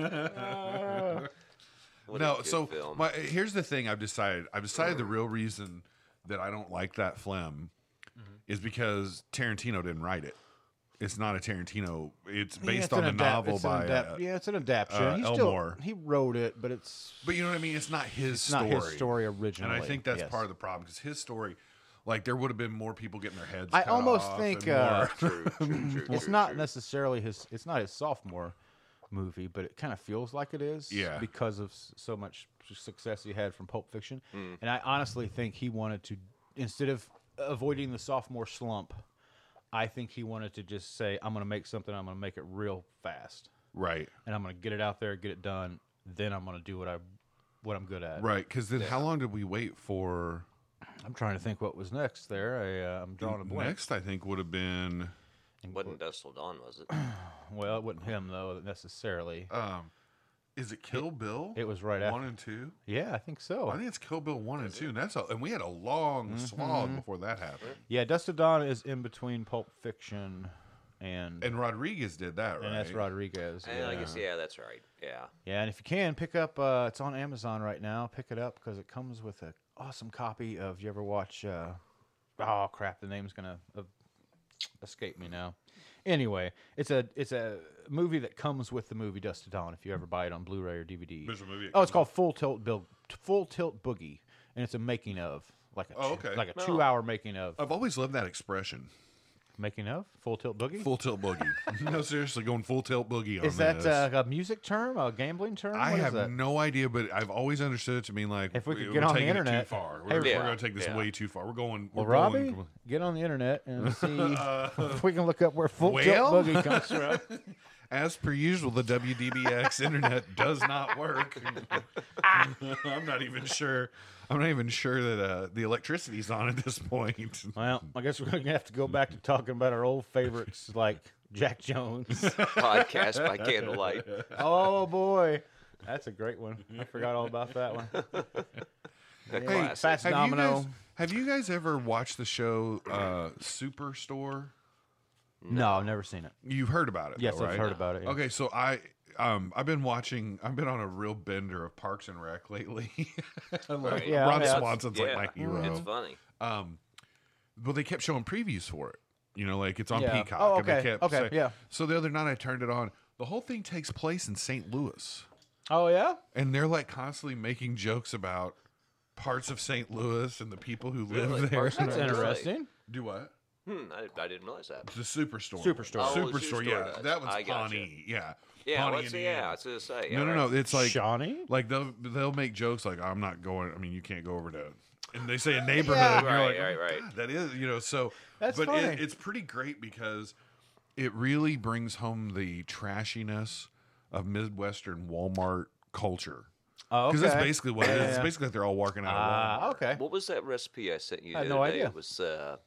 S5: What a
S6: no,
S5: good
S6: so
S5: film.
S6: my, here's the thing I've decided. I've decided the real reason that I don't like that film
S5: Mm-hmm.
S6: is because Tarantino didn't write it. It's not a Tarantino. It's
S4: Yeah,
S6: based
S4: it's
S6: on
S4: an
S6: a
S4: adapt-
S6: novel
S4: it's an
S6: by.
S4: adapt-
S6: uh,
S4: yeah, it's an adaptation.
S6: uh,
S4: He still-
S6: Elmore.
S4: he wrote it, but it's
S6: But you know what I mean? It's not his
S4: It's
S6: story.
S4: not his story originally.
S6: And I think that's
S4: yes.
S6: part of the problem because his story, like, there would have been more people getting their heads.
S4: I
S6: cut
S4: almost
S6: off
S4: think,
S6: and
S4: uh,
S6: more-
S5: true, true, true,
S4: It's
S5: true,
S4: not
S5: true.
S4: necessarily his. It's not his sophomore movie, but it kind of feels like it is.
S6: Yeah.
S4: Because of s- so much success he had from Pulp Fiction, and I honestly think he wanted to instead of avoiding the sophomore slump, I think he wanted to just say, "I'm going to make something. I'm going to make it real fast,
S6: right,
S4: and I'm going to get it out there, get it done. Then I'm going to do what I." What I'm good at.
S6: right. Because then, how long did we wait for?
S4: I'm trying to think what was next there. I, uh, I'm drawing a blank.
S6: Next, I think would have been.
S5: Wasn't Dust Till Dawn, was it?
S4: Well, it wasn't him though necessarily.
S6: Um, is it Kill Bill?
S4: it was right
S6: one
S4: after-
S6: and two.
S4: yeah, I think so.
S6: I think it's Kill Bill one and two. And that's a, and we had a long
S4: Mm-hmm.
S6: slog before that happened.
S4: Yeah, Dust of Dawn is in between Pulp Fiction and and,
S6: And Rodriguez did that, right?
S4: that's Rodriguez.
S5: Eh, I guess yeah, that's right. Yeah.
S4: Yeah, and if you can pick up, uh, it's on Amazon right now. Pick it up because it comes with an awesome copy of. You ever watch? Uh, oh crap, the name's gonna uh, escape me now. Anyway, it's a it's a movie that comes with the movie Dust of Dawn. If you ever buy it on Blu-ray or DVD,
S6: There's a movie that
S4: Oh, it's
S6: comes
S4: called Full Tilt Bill, Full Tilt Boogie, and it's a making of like a
S6: Oh,
S4: two-
S6: okay. Oh.
S4: like a two hour making of
S6: I've always loved that expression,
S4: making of Full Tilt Boogie.
S6: full tilt boogie. no, seriously, going full tilt boogie on
S4: Is that
S6: this.
S4: uh, a music term, a gambling term?
S6: I
S4: What is
S6: have
S4: that?
S6: no idea, but I've always understood it to mean like
S4: If we could
S6: we're
S4: get on the
S6: taking it
S4: internet.
S6: too far.
S4: Hey,
S6: We're, we're
S5: Yeah.
S6: gonna take this
S5: Yeah.
S6: way too far. We're going. We're
S4: Well, Robbie,
S6: going,
S4: get on the internet and see if we can look up where Full Tilt
S6: Well?
S4: Boogie comes from.
S6: as per usual, the WDBX internet does not work.
S4: Ah.
S6: I'm not even sure. I'm not even sure that uh, the electricity's on at this point.
S4: Well, I guess we're going to have to go back to talking about our old favorites like Jack Jones.
S5: Podcast by candlelight.
S4: oh boy, that's a great one. I forgot all about that one.
S5: Classic.
S4: Fast
S6: Have you,
S4: Domino.
S6: guys, have you guys ever watched the show uh, Superstore?
S4: no, I've never seen it.
S6: You've heard about it.
S4: Yes,
S6: though,
S4: I've
S6: right?
S4: heard about it, yeah.
S6: Okay, so I um I've been watching. I've been on a real bender of Parks and Rec lately. like,
S4: Oh, Yeah,
S6: Ron
S4: yeah.
S6: Swanson's
S5: Yeah.
S6: like my hero.
S5: It's funny.
S6: um, well, they kept showing previews for it. You know, like it's on
S4: Yeah.
S6: Peacock.
S4: Oh,
S6: and they
S4: okay,
S6: kept
S4: okay, yeah.
S6: So the other night I turned it on. The whole thing takes place in St. Louis,
S4: Oh yeah,
S6: and they're like constantly making jokes about parts of St. Louis and the people who
S5: Really?
S6: live there.
S5: Parts of
S4: That's
S5: Right.
S4: interesting.
S6: Do what?
S5: Hmm, I, I didn't realize that.
S6: The superstore.
S4: Superstore.
S5: Oh, the
S6: superstore.
S5: superstore
S6: Yeah,
S5: does.
S6: that one's
S5: I gotcha.
S6: Pawnee. Yeah.
S5: Yeah,
S6: Pawnee,
S5: what's the,
S6: Indiana.
S5: yeah, I was gonna say. yeah,
S6: no, no,
S5: right.
S6: no. It's like
S4: Shawnee?
S6: like they'll they'll make jokes like I'm not going. I mean, you can't go over to. And they say a neighborhood. and you're
S5: Right,
S6: like,
S5: right,
S6: "Oh,
S5: right.
S6: God, that is you know. So
S4: That's
S6: but
S4: funny.
S6: It, it's pretty great because it really brings home the trashiness of midwestern Walmart culture.
S4: Oh,
S6: Because
S4: okay.
S6: that's basically what it
S4: Yeah,
S6: is.
S4: yeah,
S6: It's
S4: yeah.
S6: basically like they're all walking out. of Walmart.
S4: Ah, okay.
S5: What was that recipe I sent you?
S4: I had
S5: the
S4: no
S5: other day?
S4: idea.
S5: It was uh,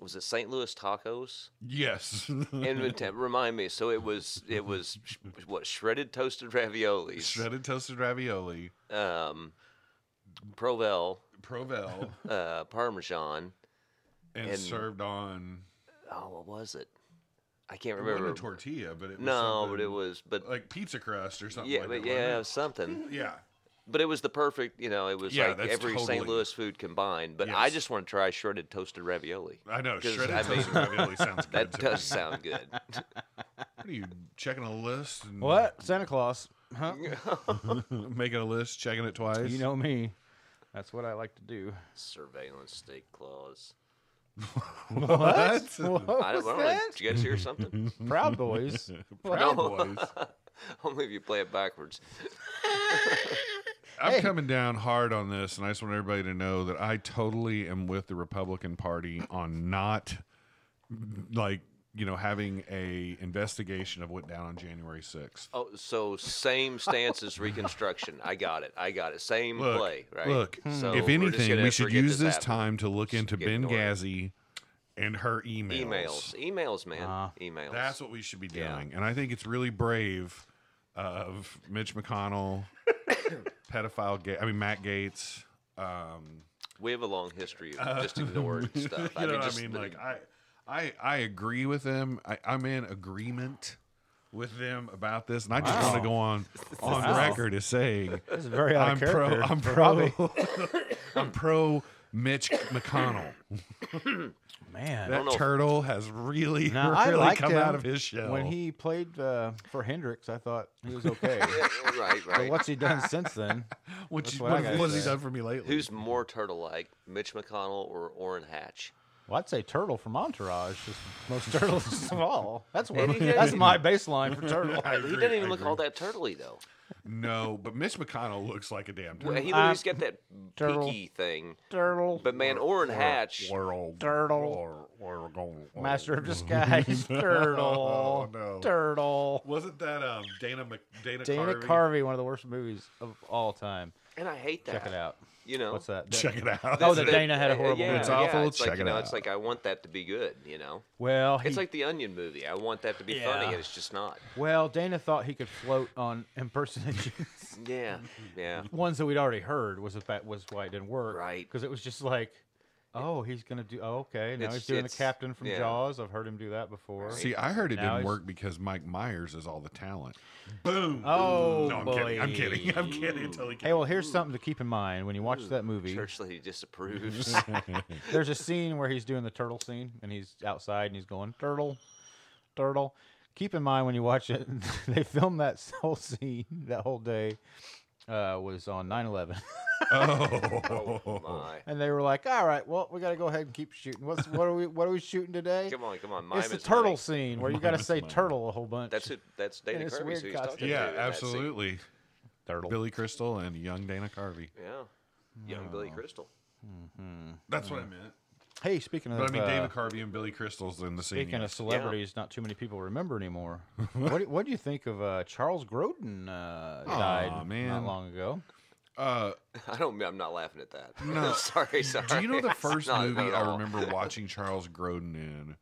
S5: was it St. Louis tacos?
S6: Yes.
S5: and it- remind me. So it was it was sh- what shredded toasted raviolis,
S6: Shredded toasted ravioli,
S5: um, provel,
S6: Provel,
S5: uh, parmesan.
S6: and,
S5: And-
S6: served on.
S5: Oh, what was it? I can't
S6: It wasn't
S5: remember.
S6: a tortilla, but it was
S5: no, but
S6: something
S5: it was but
S6: like pizza crust or something.
S5: yeah,
S6: like
S5: but
S6: that, wasn't
S5: yeah,
S6: it?
S5: it was something.
S6: Yeah.
S5: But it was the perfect, you know, it was
S6: Yeah,
S5: like
S6: that's
S5: every
S6: totally-
S5: St. Louis food combined. But I
S6: Yes.
S5: just want to try shredded toasted ravioli.
S6: I know.
S5: 'Cause,
S6: Shredded
S5: I mean,
S6: toasted ravioli sounds good.
S5: That
S6: to
S5: does
S6: me.
S5: sound good.
S6: What are you checking a list? And
S4: What? Santa Claus. Huh?
S6: Making a list, checking it twice.
S4: You know me. That's what I like to do.
S5: Surveillance steak claws.
S6: what?
S4: What
S5: I don't,
S4: was
S5: I don't know.
S4: that?
S5: Did you guys hear something?
S4: Proud Boys.
S6: Proud boys.
S5: Only if you play it backwards.
S6: I'm coming down hard on this, and I just want everybody to know that I totally am with the Republican Party on not like you know having a investigation of what down on January 6th.
S5: Oh, so same stance as Reconstruction. I got it. I got it. Same
S6: Look,
S5: play, right?
S6: look.
S5: So
S6: if
S5: we're just
S6: anything,
S5: gonna
S6: we should
S5: forget
S6: use this
S5: happened.
S6: time to look into
S5: get
S6: Ben
S5: ignored.
S6: Ghazi and her emails.
S5: Emails, emails, man,
S4: Ah.
S5: emails.
S6: That's what we should be
S5: Yeah.
S6: doing. And I think it's really brave of Mitch McConnell, pedophile, Ga- I mean, Matt Gates. Um,
S5: we have a long history of just ignoring stuff.
S6: you know what
S5: just-
S6: I mean? Like, I, I, I agree with them. I, I'm in agreement with them about this. And I just want to go on, on record as saying
S4: This is very out
S6: I'm
S4: of
S6: pro,
S4: character.
S6: I'm
S4: for
S6: pro,
S4: Robbie.
S6: I'm pro Mitch McConnell.
S4: Man.
S6: That
S5: know if-
S6: turtle has really,
S4: Now, I
S6: really
S4: liked
S6: come
S4: him
S6: out of his shell.
S4: When he played uh, for Hendrix, I thought he was okay.
S5: Yeah, right,
S4: but
S5: right.
S4: what's he done since then?
S6: Which,
S4: That's what I
S6: what
S4: gotta
S6: has he
S4: say.
S6: done for me lately?
S5: Who's more turtle-like, Mitch McConnell or Orrin Hatch?
S4: Well, I'd say Turtle from Entourage is the most turtles of all. That's where,
S5: Any-
S4: that's my baseline for Turtle.
S6: I
S5: He
S6: agree,
S5: doesn't
S6: I
S5: even look
S6: agree.
S5: all that turtly though.
S6: No, but Mitch McConnell looks like a damn
S5: Well,
S6: turtle.
S5: he,
S4: Uh,
S5: he's got that
S4: turtle.
S5: peaky thing.
S4: Turtle,
S5: But man, Orrin Hatch,
S6: World,
S4: Turtle.
S6: world, world, world.
S4: Master of Disguise, Turtle,
S6: Oh, no.
S4: Oh, Turtle.
S6: Wasn't that um, Dana Mc, Dana,
S4: Dana
S6: Carvey?
S4: Carvey, one of the worst movies of all time.
S5: and I hate that.
S4: Check it out.
S5: You know,
S4: What's that?
S6: Check it out.
S4: Oh, the
S5: But-
S4: Dana had a horrible
S5: Yeah,
S6: It's
S5: yeah,
S6: awful.
S5: It's like,
S6: Check
S5: you
S6: it
S5: know,
S6: out.
S5: It's like I want that to be good. You know,
S4: Well, he,
S5: it's like the Onion movie. I want that to be funny,
S4: Yeah.
S5: and it's just not.
S4: well, Dana thought he could float on impersonations.
S5: Yeah, yeah.
S4: ones that we'd already heard was the fact was why it didn't work.
S5: Right.
S4: Because it was just like, oh, he's gonna do. Oh, okay, now
S5: It's-
S4: he's doing the
S5: it's-
S4: captain from
S5: yeah.
S4: Jaws. I've heard him do that before.
S6: See, I heard it
S4: Now
S6: didn't
S4: he's-
S6: work because Mike Myers is all the talent. Boom.
S4: Oh,
S6: no, I'm kidding. I'm kidding. I'm
S4: boy.
S6: kidding. Until he
S4: Hey, well, here's something to keep in mind when you watch that movie.
S5: Church lady disapproves.
S4: There's a scene where he's doing the turtle scene, and he's outside and he's going turtle, turtle. Keep in mind when you watch it, they filmed that whole scene, that whole day, uh, was on 9/11.
S6: oh,
S5: My.
S4: and they were like, "All right, well, we got to go ahead and keep shooting. What's what are we what are we shooting today?
S5: Come on, come on. Mime
S4: it's the
S5: is
S4: turtle
S5: mine.
S4: scene where you got to say turtle a whole bunch.
S5: That's it. That's Dana
S4: it's weird
S5: Kirby's who he's talking
S4: costume.
S5: to.
S6: yeah,
S5: in that scene.
S6: absolutely.
S4: turtle.
S6: Billy Crystal and young Dana Carvey.
S5: Yeah. Young Billy Crystal.
S6: That's what I meant.
S4: Hey, speaking of
S6: But I mean,
S4: uh,
S6: Dana Carvey and Billy Crystal's in the scene.
S4: speaking of
S6: yes.
S4: celebrities, not too many people remember anymore. what do, what do you think of uh, Charles Grodin uh, died
S6: man.
S4: not long ago?
S6: uh,
S5: I don't. I'm not laughing at that.
S6: No.
S5: sorry, sorry.
S6: Do you know the
S5: It's
S6: first
S5: not-
S6: movie
S5: not at
S6: I
S5: all.
S6: remember watching Charles Grodin in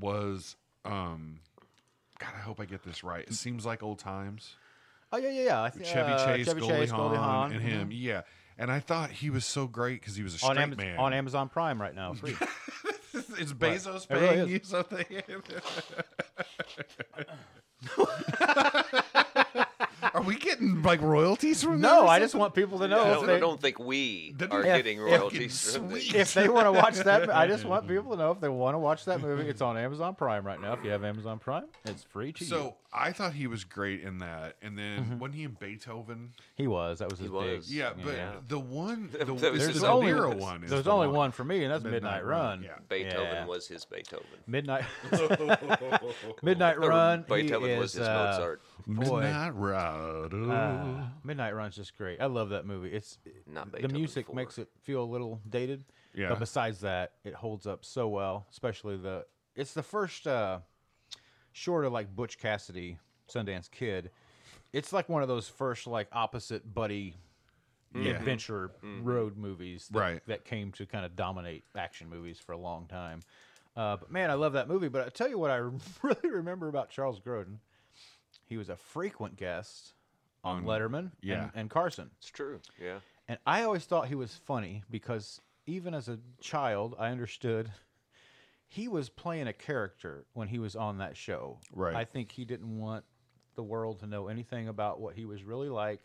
S6: was um God, I hope I get this right. It seems like old times.
S4: Oh yeah, yeah, yeah. I think
S6: Chevy
S4: uh,
S6: Chase,
S4: Chevy
S6: Goldie,
S4: Chase,
S6: Hawn,
S4: Goldie Hawn. mm-hmm.
S6: and him. Yeah. And I thought he was so great because he was a straight
S4: on, Amaz-
S6: man.
S4: on Amazon Prime right now. Free.
S6: it's Bezos
S4: It really
S6: paying
S4: is.
S6: you something. Are we getting like royalties from that
S4: No,
S6: or
S4: I just
S6: something?
S4: want people to
S5: I
S4: know
S5: don't,
S4: if
S5: I
S4: they
S5: don't think we
S6: That'd be
S5: are
S6: fucking
S5: getting royalties from
S6: sweet.
S5: these.
S4: if they want to watch that. I just want people to know if they want to watch that movie. It's on Amazon Prime right now. If you have Amazon Prime, it's free to you.
S6: So I thought he was great in that, and then
S4: Mm-hmm.
S6: wasn't he in Beethoven?
S4: He was. That was his big.
S5: was.
S6: Yeah, but
S5: Yeah.
S6: the one, the,
S5: There's
S6: this is
S4: There's
S6: the
S4: only
S6: Nero one. is
S4: There's
S6: the
S4: only one. for me, and that's Midnight,
S6: Midnight
S4: Run.
S6: Run,
S5: Beethoven
S4: Yeah.
S5: was his Beethoven.
S4: Midnight. Midnight Run. he
S5: Beethoven was
S4: is,
S5: his
S4: uh,
S5: Mozart.
S4: Boy,
S6: Midnight Rider.
S4: uh, Midnight Run's just great. I love that movie. It's
S5: Not
S4: the
S5: Beethoven
S4: music
S5: four.
S4: makes it feel a little dated.
S6: Yeah.
S4: But besides that, it holds up so well, especially the it's the first uh short of like Butch Cassidy, Sundance Kid. It's like one of those first like opposite buddy
S6: Mm-hmm. Yeah.
S4: adventure road movies that,
S6: Right.
S4: that came to kind of dominate action movies for a long time. Uh, but man, I love that movie. But I tell you what, I really remember about Charles Grodin. He was a frequent guest on Letterman
S6: yeah.
S4: and, and Carson.
S5: It's true. Yeah.
S4: And I always thought he was funny because even as a child, I understood he was playing a character when he was on that show.
S6: Right.
S4: I think he didn't want the world to know anything about what he was really like.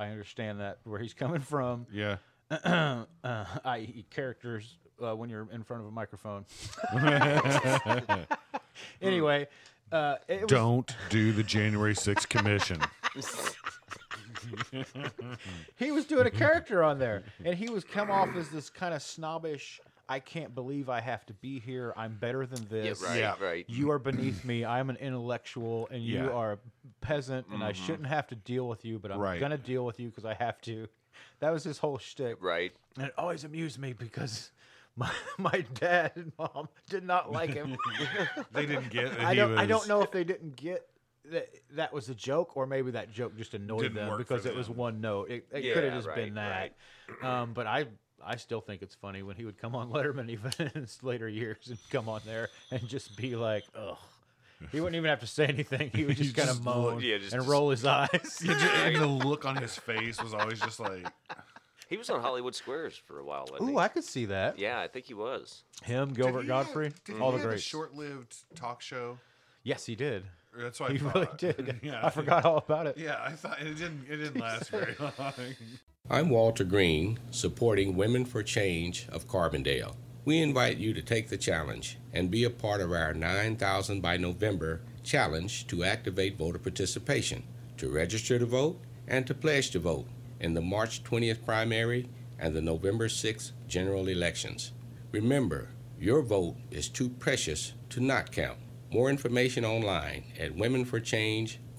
S4: I understand that where he's coming from,
S6: yeah.
S4: uh, i.e., characters uh, when you're in front of a microphone. anyway, uh, it was,
S6: Don't do the January 6th commission.
S4: he was doing a character on there, and he was come off as this kind of snobbish. I can't believe I have to be here. I'm better than this.
S5: right.
S6: Yeah.
S5: Right.
S4: You are beneath me. I'm an intellectual, and you
S6: Yeah.
S4: are a peasant, and
S5: Mm-hmm.
S4: I shouldn't have to deal with you, but I'm
S6: Right.
S4: gonna deal with you because I have to. That was his whole shtick.
S5: Right.
S4: And it always amused me because my, my dad and mom did not like him.
S6: they didn't get that
S4: I
S6: he
S4: don't I
S6: was-
S4: don't know if they didn't get that that was a joke or maybe that joke just annoyed
S6: Didn't
S4: them
S6: work
S4: because
S6: for
S4: it was
S6: them.
S4: one note. It, it
S5: Yeah,
S4: could have just
S5: right,
S4: been that. Um, but I I still think it's funny when he would come on Letterman even in his later years and come on there and just be like, ugh. He wouldn't even have to say anything. He would just, kind of moan
S5: yeah, just-
S4: and
S5: just-
S4: roll his eyes.
S6: Yeah, ju- and the look on his face was always just like,
S5: He was on Hollywood Squares for a while. I
S4: Ooh,
S5: think.
S4: I could see that.
S5: Yeah, I think he was.
S4: Him, Gilbert Godfrey, all the greats.
S6: short-lived talk show.
S4: yes, he did.
S6: That's what
S4: He
S6: I thought.
S4: really did.
S6: Yeah,
S4: I forgot all about it.
S6: Yeah, I thought it didn't. It didn't last very long.
S7: I'm Walter Green, supporting Women for Change of Carbondale. We invite you to take the challenge and be a part of our 9,000 by November challenge to activate voter participation, to register to vote, and to pledge to vote in the March 20th primary and the November 6th general elections. Remember, your vote is too precious to not count. More information online at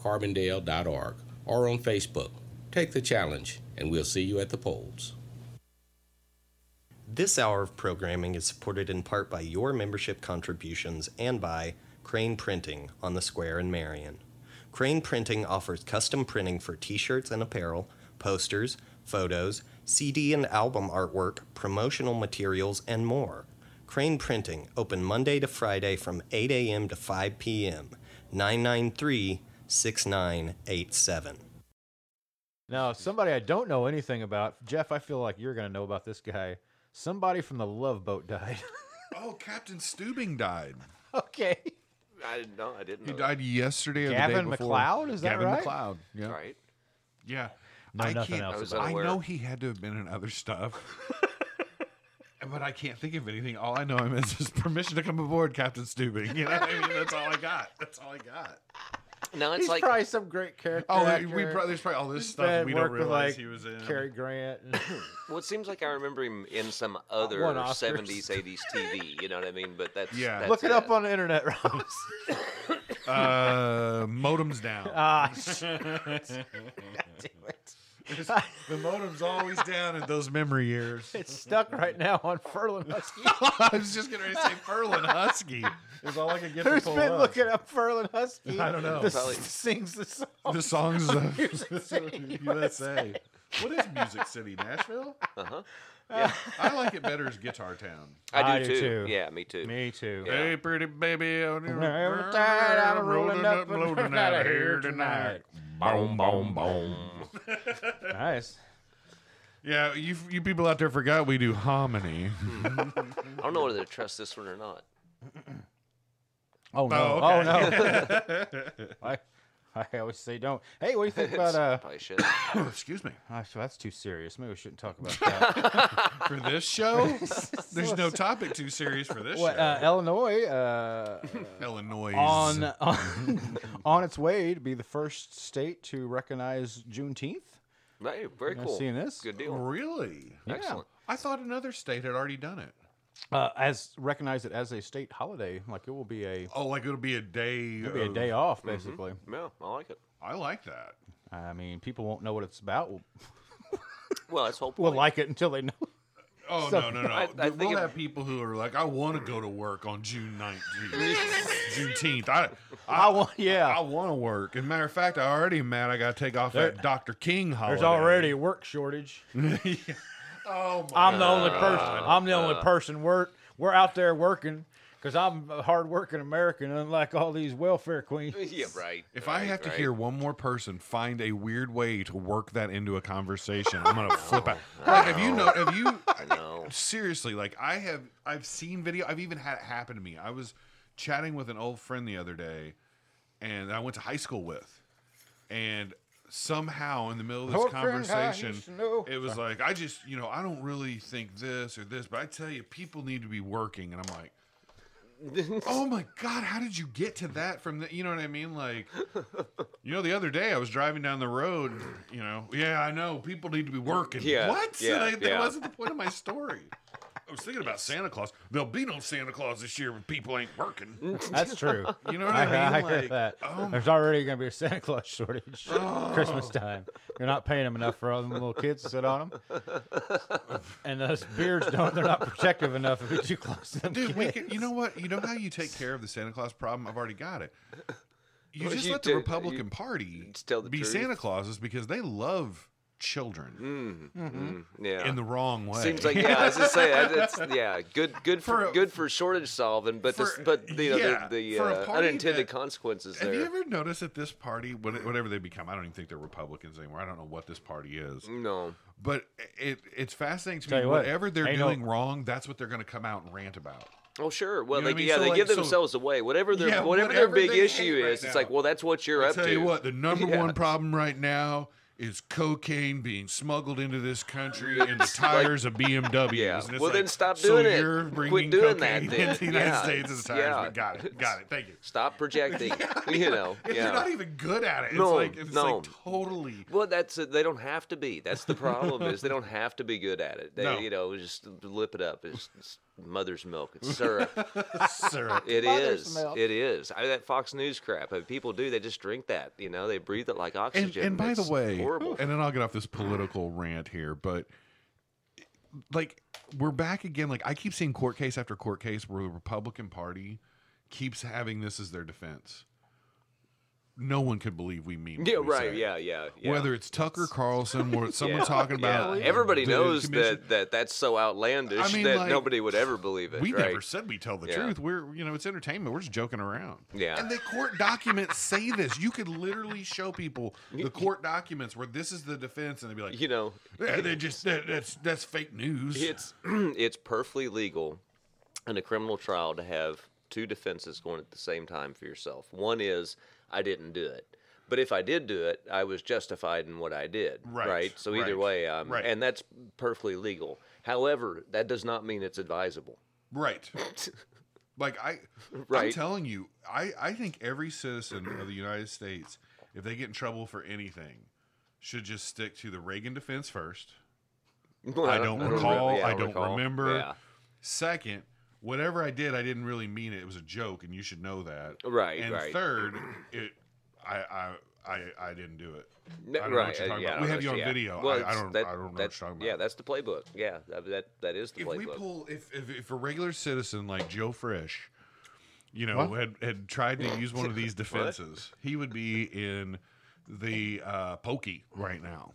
S7: womenforchangecarbondale.org or on Facebook. Take the challenge, and we'll see you at the polls.
S8: This hour of programming is supported in part by your membership contributions and by Crane Printing on the Square in Marion. Crane Printing offers custom printing for t shirts and apparel, posters, photos, CD and album artwork, promotional materials, and more. Crane Printing, open Monday to Friday from 8 a.m. to 5 p.m., 993 6987.
S4: Now, somebody I don't know anything about, Jeff. I feel like you're gonna know about this guy. Somebody from the Love Boat died.
S6: Oh, Captain Steubing died.
S4: okay,
S5: I didn't know. I didn't.
S6: He
S5: know
S6: died yesterday or the
S4: Gavin
S6: day before.
S4: McLeod, is that
S6: Gavin
S4: right?
S6: McLeod. Yeah.
S5: That. Right.
S6: Yeah.
S4: No,
S6: I
S4: nothing
S6: can't,
S4: else
S5: I was
S4: about
S6: I
S5: unaware.
S6: know he had to have been in other stuff. But I can't think of anything. All I know him is his permission to come aboard, Captain Steubing. You know what I mean? That's all I got. That's all I got.
S5: No, it's
S4: He's
S5: like
S4: probably some great character.
S6: Oh,
S4: actor.
S6: we brought, there's probably all this
S4: His
S6: stuff
S4: dad
S6: we don't
S4: worked with,
S6: realize
S4: like,
S6: he was in.
S4: Cary Grant.
S5: well, it seems like I remember him in some other
S4: won Oscars.
S5: 70s, 80s TV. You know what I mean? But that's
S6: Yeah.
S5: that's
S4: Look it up
S5: it.
S4: on the internet, Ross.
S6: Uh, modems down.
S4: ah, shit.
S6: the modem's always down in those memory years.
S4: it's stuck right now on Furlan Husky.
S6: I was just getting ready to say Furlan Husky. Is all I could get.
S4: Who's
S6: to pull
S4: been
S6: up.
S4: looking up Furlan Husky?
S6: I don't know.
S4: This
S5: Probably-
S4: sings the song.
S6: The songs of
S4: Music City,
S6: USA. What is Music City, Nashville? Uh, I like it better as Guitar Town.
S5: I
S4: I
S5: do,
S4: do
S5: too.
S4: too.
S5: Yeah, me too.
S4: Me too.
S5: Yeah.
S6: Hey, pretty baby, on your-
S4: Every time I'm rolling up and
S6: loading out of here tonight.
S7: Boom, boom, boom.
S4: Nice.
S6: Yeah, you you people out there forgot we do hominy.
S5: I don't know whether to trust this one or not.
S4: Oh no!
S6: Oh,
S4: Oh, no! I, I always say don't. Hey, what do you think
S5: It's
S4: about uh?
S5: probably shit.
S6: Excuse me.
S4: oh, that's too serious. Maybe we shouldn't talk about that.
S6: For this show, there's no topic too serious for this
S4: what
S6: show.
S4: uh, Illinois uh,
S6: Illinois
S4: on on on its way to be the first state to recognize Juneteenth?
S5: Hey, very
S4: I've
S5: cool.
S4: seen this.
S5: Good deal.
S6: really?
S5: Excellent.
S6: I thought another state had already done it.
S4: Uh, as recognize it as a state holiday, like it will be a
S6: Oh, like it'll be a day.
S4: it'll be a
S6: of-
S4: day off basically.
S5: Yeah, I like it.
S6: I like that.
S4: I mean, people won't know what it's about. Will
S5: Well, that's the whole
S4: will
S5: point.
S4: like it until they know.
S6: Oh no no no!
S5: I- I
S6: Th-
S5: think
S6: we'll
S5: it-
S6: have people who are like, I want to go to work on June nineteenth, Juneteenth. I, I,
S4: I want,
S6: I
S4: yeah.
S6: want to work. As a matter of fact, I already am mad. I got to take off that Dr. King holiday.
S4: There's already a work shortage.
S6: Oh my!
S4: I'm the only person. I'm the only person. We're we're out there working because I'm a hardworking American, unlike all these welfare queens.
S5: yeah, right.
S6: If I
S5: right,
S6: have to
S5: right.
S6: hear one more person find a weird way to work that into a conversation, I'm gonna flip out. Like, have you know? Have you?
S5: No.
S6: seriously like i have i've seen video i've even had it happen to me i was chatting with an old friend the other day and i went to high school with and somehow in the middle of this
S4: Old friend I
S6: conversation
S4: used to know.
S6: it was like i just you know i don't really think this or this but i tell you people need to be working and i'm like oh my god how did you get to that from the you know what i mean like you know the other day i was driving down the road you know yeah i know people need to be working
S5: Yeah,
S6: what
S5: yeah,
S6: Like, that
S5: yeah.
S6: wasn't the point of my story i was thinking about santa claus there'll be no santa claus this year when people ain't working
S4: That's true.
S6: you know what
S4: I,
S6: i, mean
S4: I hear
S6: Like,
S4: that.
S6: oh my
S4: There's already going to be a Santa Claus shortage Christmas time. You're not paying them enough for all them little kids to sit on them, and those beards don't—they're not protective enough if you're too close to them.
S6: Dude, we
S4: kids.
S6: can, you know what? You know how you take care of the Santa Claus problem? I've already got it. You
S5: Well,
S6: just
S5: you
S6: let
S5: did- uh,
S6: the
S5: you
S6: Republican Party
S5: just tell the
S6: be
S5: truth.
S6: Santa Clauses because they love children
S5: Yeah.
S6: in the wrong way.
S5: Mm, Seems like yeah, I was just saying. That's, that's- yeah, good, good for,
S6: For a-
S5: good for shortage solving, but this,
S6: for-
S5: but you know
S6: yeah,
S5: the, the
S6: for a
S5: uh,
S6: party
S5: unintended
S6: that-
S5: consequences
S6: Have
S5: there.
S6: you ever noticed that this party, what- whatever they become, I don't even think they're Republicans anymore. I don't know what this party is,
S5: no,
S6: but it it's fascinating to
S4: Tell
S6: me.
S4: you what,
S6: Whatever they're
S4: ain't no-
S6: doing wrong, that's what they're going to come out and rant about.
S5: oh sure. Well,
S6: You know what
S5: they,
S6: I mean?
S5: yeah,
S6: So,
S5: they
S6: like,
S5: give
S6: so-
S5: themselves away. Whatever their
S6: Yeah,
S5: whatever,
S6: whatever
S5: their big
S6: they
S5: issue
S6: hate right
S5: is, it's
S6: now.
S5: like, well, that's what you're
S6: I
S5: up
S6: tell
S5: to.
S6: you what, the number
S5: Yeah.
S6: one problem right now is cocaine being smuggled into this country in the tires of BMWs.
S5: Yeah.
S6: And it's
S5: Well, then
S6: like,
S5: stop
S6: so
S5: doing it.
S6: You're bringing
S5: Quit doing that
S6: cocaine
S5: then.
S6: into the United
S5: Yeah.
S6: States as tires.
S5: Yeah.
S6: But got it. Got it. Thank you.
S5: Stop projecting. you know.
S6: If
S5: yeah.
S6: you're not even good at it, it's
S5: No,
S6: like it's
S5: no.
S6: like totally.
S5: Well, that's it. They don't have to be. That's the problem is they don't have to be good at it. They,
S6: No.
S5: you know, just lip it up. It's, it's mother's milk. It's syrup.
S6: Sir,
S5: It
S4: Mother's
S5: is.
S4: milk.
S5: It is. I, that Fox News crap. uh, people do. They just drink that. You know, they breathe it like
S6: and,
S5: oxygen.
S6: and by the
S5: It's
S6: way,
S5: horrible.
S6: and then I'll get off this political rant here, but like we're back again. Like I keep seeing court case after court case where the Republican Party keeps having this as their defense. No one could believe we mean. what
S5: yeah,
S6: we
S5: right.
S6: say.
S5: Yeah, yeah, yeah.
S6: Whether it's Tucker Carlson or it's someone
S5: Yeah,
S6: talking about,
S5: yeah. everybody
S6: the
S5: knows
S6: commission-
S5: that, that that's so outlandish
S6: I mean,
S5: that
S6: like,
S5: nobody would ever believe it.
S6: We
S5: right?
S6: never said we tell the
S5: Yeah.
S6: truth. We're you know it's entertainment. We're just joking around.
S5: Yeah.
S6: And the court documents say this. You could literally show people the court documents where this is the defense, and they'd be like,
S5: You know,
S6: Yeah, they just that, that's that's fake news.
S5: it's it's perfectly legal in a criminal trial to have two defenses going at the same time for yourself. One is I didn't do it. But if I did do it, I was justified in what I did.
S6: Right,
S5: So either
S6: right,
S5: way, um,
S6: right.
S5: and that's perfectly legal. However, that does not mean it's advisable.
S6: right. like I, I'm
S5: Right.
S6: telling you, I I think every citizen of the United States, if they get in trouble for anything, should just stick to the Reagan defense first. I don't recall, I don't remember.
S5: Yeah.
S6: Second, whatever I did, I didn't really mean it. It was a joke, and you should know that.
S5: Right,
S6: And
S5: right.
S6: third, it I I. I, I didn't do it.
S5: No,
S6: I don't know what
S5: right.
S6: you're
S5: uh,
S6: talking
S5: yeah,
S6: about. We
S5: I don't
S6: have you on
S5: know, yeah.
S6: video. I-
S5: Well,
S6: I
S5: it's-
S6: don't-
S5: that-
S6: I don't know what
S5: that-
S6: you're talking
S5: Yeah,
S6: about.
S5: that's the playbook. Yeah, that that, that is the
S6: if
S5: playbook.
S6: we pull if, if if a regular citizen like Joe Frisch, you know, had had tried to use one of these defenses, he would be in the uh, pokey right now.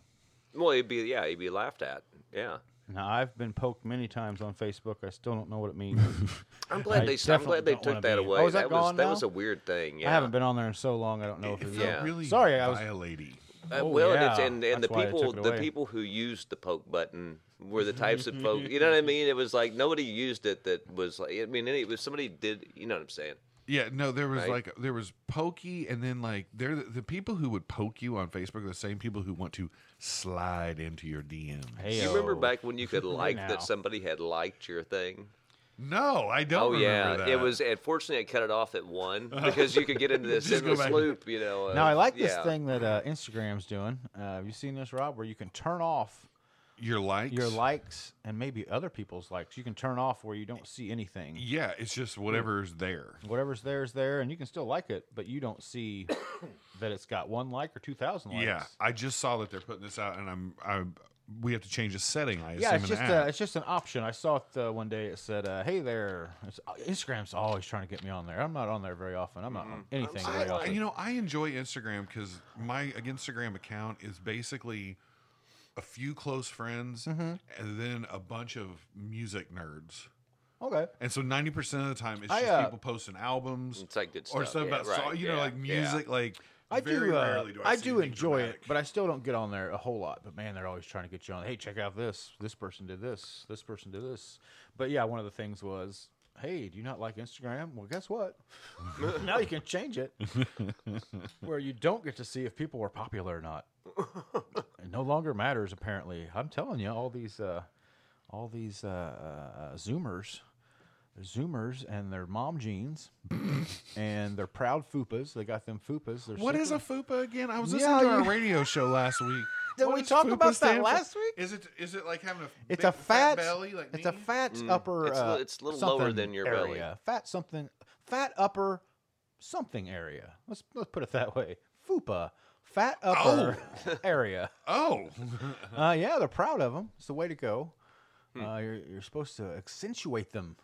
S5: well, he'd be yeah, he'd be laughed at. Yeah.
S4: Now I've been poked many times on Facebook. I still don't know what it means. I
S5: I'm glad they. I'm
S4: definitely
S5: glad they
S4: don't wanna
S5: took that
S4: be-
S5: away.
S4: Oh, is that gone
S5: was that
S4: now?
S5: was a weird thing. Yeah.
S4: I haven't been on there in so long. I don't know if
S6: It
S4: it's
S6: felt
S5: Yeah.
S6: really
S4: Sorry, I was-
S6: violating.
S5: Uh,
S4: Oh,
S5: well, and, it's,
S4: yeah.
S5: and, and the
S4: That's why I
S5: people
S4: took it
S5: the
S4: away.
S5: people who used the poke button were the types of folk. You know what I mean? It was like nobody used it. That was like I mean, any- if somebody did, you know what I'm saying?
S6: Yeah, no, there was
S5: Right?
S6: like there was pokey, and then like they're the, the people who would poke you on Facebook are the same people who want to slide into your DMs.
S5: Do you remember
S4: Heyo.
S5: back when you could like
S4: Now.
S5: that somebody had liked your thing?
S6: No, I don't.
S5: oh yeah,
S6: remember that.
S5: it was. Unfortunately, I cut it off at one because you could get into this
S6: Just go
S5: endless
S6: back.
S5: loop. You know.
S4: Now
S5: of-
S4: I like this
S5: yeah.
S4: thing that uh, Instagram's doing. Uh, have you seen this, Rob? Where you can turn off
S6: your likes.
S4: your likes and maybe other people's likes. You can turn off where you don't see anything.
S6: Yeah, it's just whatever's there.
S4: Whatever's there is there, and you can still like it, but you don't see that it's got one like or two thousand likes.
S6: Yeah, I just saw that they're putting this out, and I'm I we have to change the setting. I
S4: Yeah,
S6: assume
S4: it's
S6: in
S4: just
S6: the
S4: uh,
S6: app.
S4: it's just an option. I saw it uh, one day. It said, uh, "Hey there." It's, Instagram's always trying to get me on there. I'm not on there very often. I'm not on anything very
S6: Mm-hmm. I,
S4: often.
S6: you know, I enjoy Instagram because my Instagram account is basically a few close friends
S4: Mm-hmm.
S6: and then a bunch of music nerds.
S4: okay.
S6: And so ninety percent of the time, it's
S4: I,
S6: just
S4: uh,
S6: people posting albums
S5: It's like good
S6: or
S5: stuff,
S6: stuff
S5: yeah,
S6: about so-
S5: right,
S6: you know,
S5: yeah,
S6: like
S5: yeah.
S6: music. Like
S4: I
S6: very
S4: do. uh,
S6: rarely do I, see
S4: do
S6: anything
S4: enjoy
S6: dramatic.
S4: it, but I still don't get on there a whole lot. But man, they're always trying to get you on. Hey, check out this. This person did this. This person did this. But yeah, one of the things was, hey, do you not like Instagram? Well, guess what?
S6: Oh.
S4: now you can change it where you don't get to see if people were popular or not. It no longer matters apparently. I'm telling you, all these, uh, all these uh, uh, uh, Zoomers. Zoomers and their mom jeans and their proud fupas. They got them fupas. They're
S6: What is
S4: simply-
S6: a FUPA again? I was
S4: Yeah,
S6: listening to our
S4: you-
S6: radio show last week.
S4: Did
S6: What
S4: we
S6: does
S4: talk
S6: FUPA
S4: about that
S6: stand for?
S4: last week?
S6: Is it is it like having a
S4: It's
S6: big
S4: a fat,
S6: belly like
S4: It's a
S6: me?
S4: fat upper.
S5: Mm. It's a
S4: uh,
S5: li- it's a little lower
S4: something
S5: than your
S4: area.
S5: belly.
S4: Fat something. Fat upper something area. Let's let's put it that way. FUPA. Fat upper area.
S6: Oh,
S5: Uh-huh.
S4: Uh, yeah, they're proud of them. It's the way to go.
S5: Hmm.
S4: Uh, you're, you're supposed to accentuate them,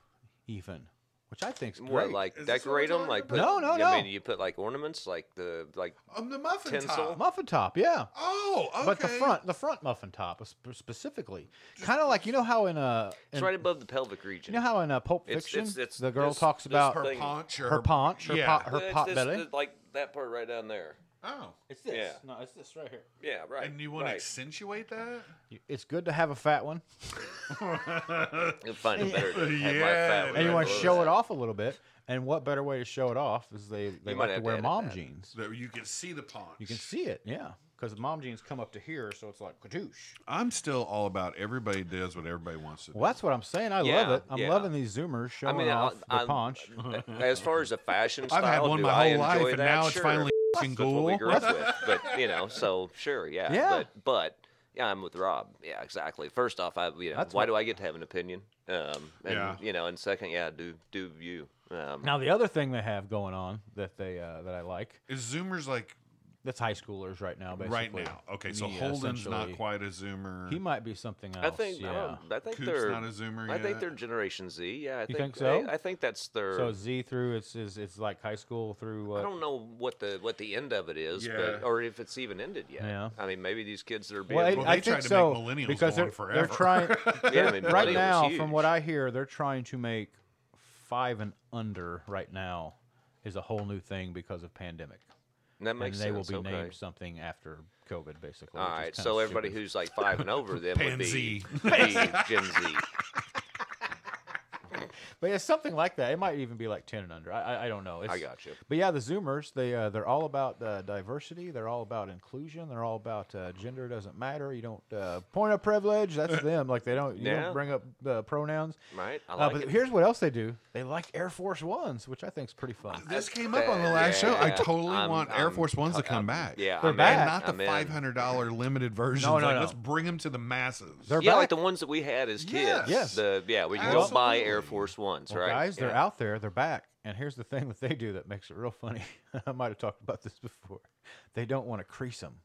S4: even, which I think's great.
S5: What, like
S6: Is this what we're
S5: decorate them?
S6: talking
S5: Like put,
S4: about? No, no,
S5: I
S4: no.
S5: mean, you put like ornaments, like the like.
S6: um, the muffin
S5: Tinsel.
S6: top.
S4: muffin top, yeah.
S6: Oh, okay.
S4: But the front, the front muffin top, uh, sp- specifically, kind of like you know how in a
S5: It's right above the pelvic region.
S4: you know how in a Pulp
S5: It's-
S4: Fiction
S5: it's- it's
S4: the girl
S5: this-
S4: talks
S5: this
S4: about
S6: her
S5: thing.
S6: paunch, or
S4: her paunch, her,
S6: yeah.
S4: pot, her
S5: It's
S4: pot
S5: this-
S4: belly.
S5: th- like that part right down there.
S6: Oh,
S4: It's this.
S5: Yeah.
S4: No, it's this right here.
S5: Yeah, right.
S6: and you want to
S5: right.
S6: accentuate that?
S4: It's good to have a fat one,
S5: You'll find it better. To have my
S6: Yeah.
S5: fat
S6: And
S5: one
S4: and you
S5: right
S4: want to
S5: below
S4: show
S5: that.
S4: it off a little bit. And what better way to show it off is they they
S5: You might
S4: like to
S5: have to
S4: wear
S5: edit
S4: mom
S5: that.
S4: jeans.
S6: So you can see the paunch.
S4: You can see it, yeah, because mom jeans come up to here, so it's like kadoosh.
S6: I'm still all about everybody does what everybody wants to. do.
S4: Well, that's what I'm saying. I love
S5: Yeah,
S4: it. I'm
S5: yeah.
S4: loving these zoomers showing off the
S5: I-
S4: paunch.
S5: As far as a fashion
S6: I've
S5: style,
S6: had one
S5: do
S6: my
S5: I
S6: whole life,
S5: enjoy
S6: and
S5: that?
S6: now it's
S5: Sure.
S6: finally fucking
S5: That's what
S6: cool.
S5: we grew up with. But you know, so sure, yeah.
S4: Yeah.
S5: But but yeah, I'm with Rob. Yeah, exactly. First off, I you know,
S4: That's
S5: why
S4: what-
S5: do I get to have an opinion? Um, and
S6: Yeah.
S5: you know, and second, yeah, do do you? Um,
S4: Now the other thing they have going on that they uh, that I like
S6: Is Zoomers like
S4: that's high schoolers right now, basically.
S6: right now? Okay, so
S4: Me,
S6: Holden's not
S4: essentially.
S6: quite a Zoomer.
S4: He might be something else.
S5: I think I
S4: yeah.
S5: don't- I, think
S6: Coop's
S5: they're
S6: not a Zoomer
S5: I think
S6: yet.
S5: they're Generation Z. Yeah, I
S4: You
S5: think,
S4: think so?
S5: I, I think that's their.
S4: So Z through it's is it's like high school through. Uh,
S5: I don't know what the what the end of it is,
S6: Yeah.
S5: but, or if it's even ended yet.
S4: Yeah.
S5: I mean, maybe these kids that are being
S4: Well, I,
S6: Well,
S4: I
S6: they tried
S4: think
S6: to
S4: so
S6: make millennials
S4: because
S6: go
S4: they're,
S6: on
S4: they're trying
S5: yeah, I mean,
S4: right
S5: millennials
S4: now.
S5: huge.
S4: From what I hear, they're trying to make five and under right now is a whole new thing because of pandemic,
S5: And that makes
S4: and they
S5: sense.
S4: will be
S5: okay.
S4: named something after COVID, basically.
S5: All
S4: which is
S5: right,
S4: kinda
S5: so everybody
S4: stupid.
S5: who's like five and over then would
S6: Pansy.
S5: be, be Gen Z.
S4: but it's something like that. It might even be like ten and under. I I, I don't know. It's,
S5: I got you.
S4: But yeah, the Zoomers, they uh, they're all about uh, diversity. They're all about inclusion. They're all about uh, gender doesn't matter. You don't uh, point of privilege. That's them. Like they don't you
S5: Yeah.
S4: don't bring up uh, pronouns.
S5: Right, I
S4: Uh,
S5: like
S4: but
S5: it.
S4: here's what else they do. They like Air Force Ones, which I think is pretty fun.
S6: this came up on the last show. I
S5: Yeah,
S6: totally
S5: I'm-
S6: want Air
S5: I'm-
S6: Force Ones to come
S5: I'm-
S6: back.
S5: Yeah,
S4: They're
S5: I'm in,
S4: back.
S6: And not the
S5: I'm in.
S6: five hundred dollar limited version.
S4: No, no,
S6: like,
S4: no.
S6: Let's bring them to the masses.
S4: They're
S5: Yeah,
S4: back.
S5: like the ones that we had as kids.
S6: Yes.
S4: Yes.
S5: The, yeah, we can go buy Air
S6: Absolutely.
S5: Force Ones,
S4: Well,
S5: right?
S4: guys, they're
S5: Yeah.
S4: out there. They're back. And here's the thing that they do that makes it real funny. I might have talked about this before. They don't want to crease them.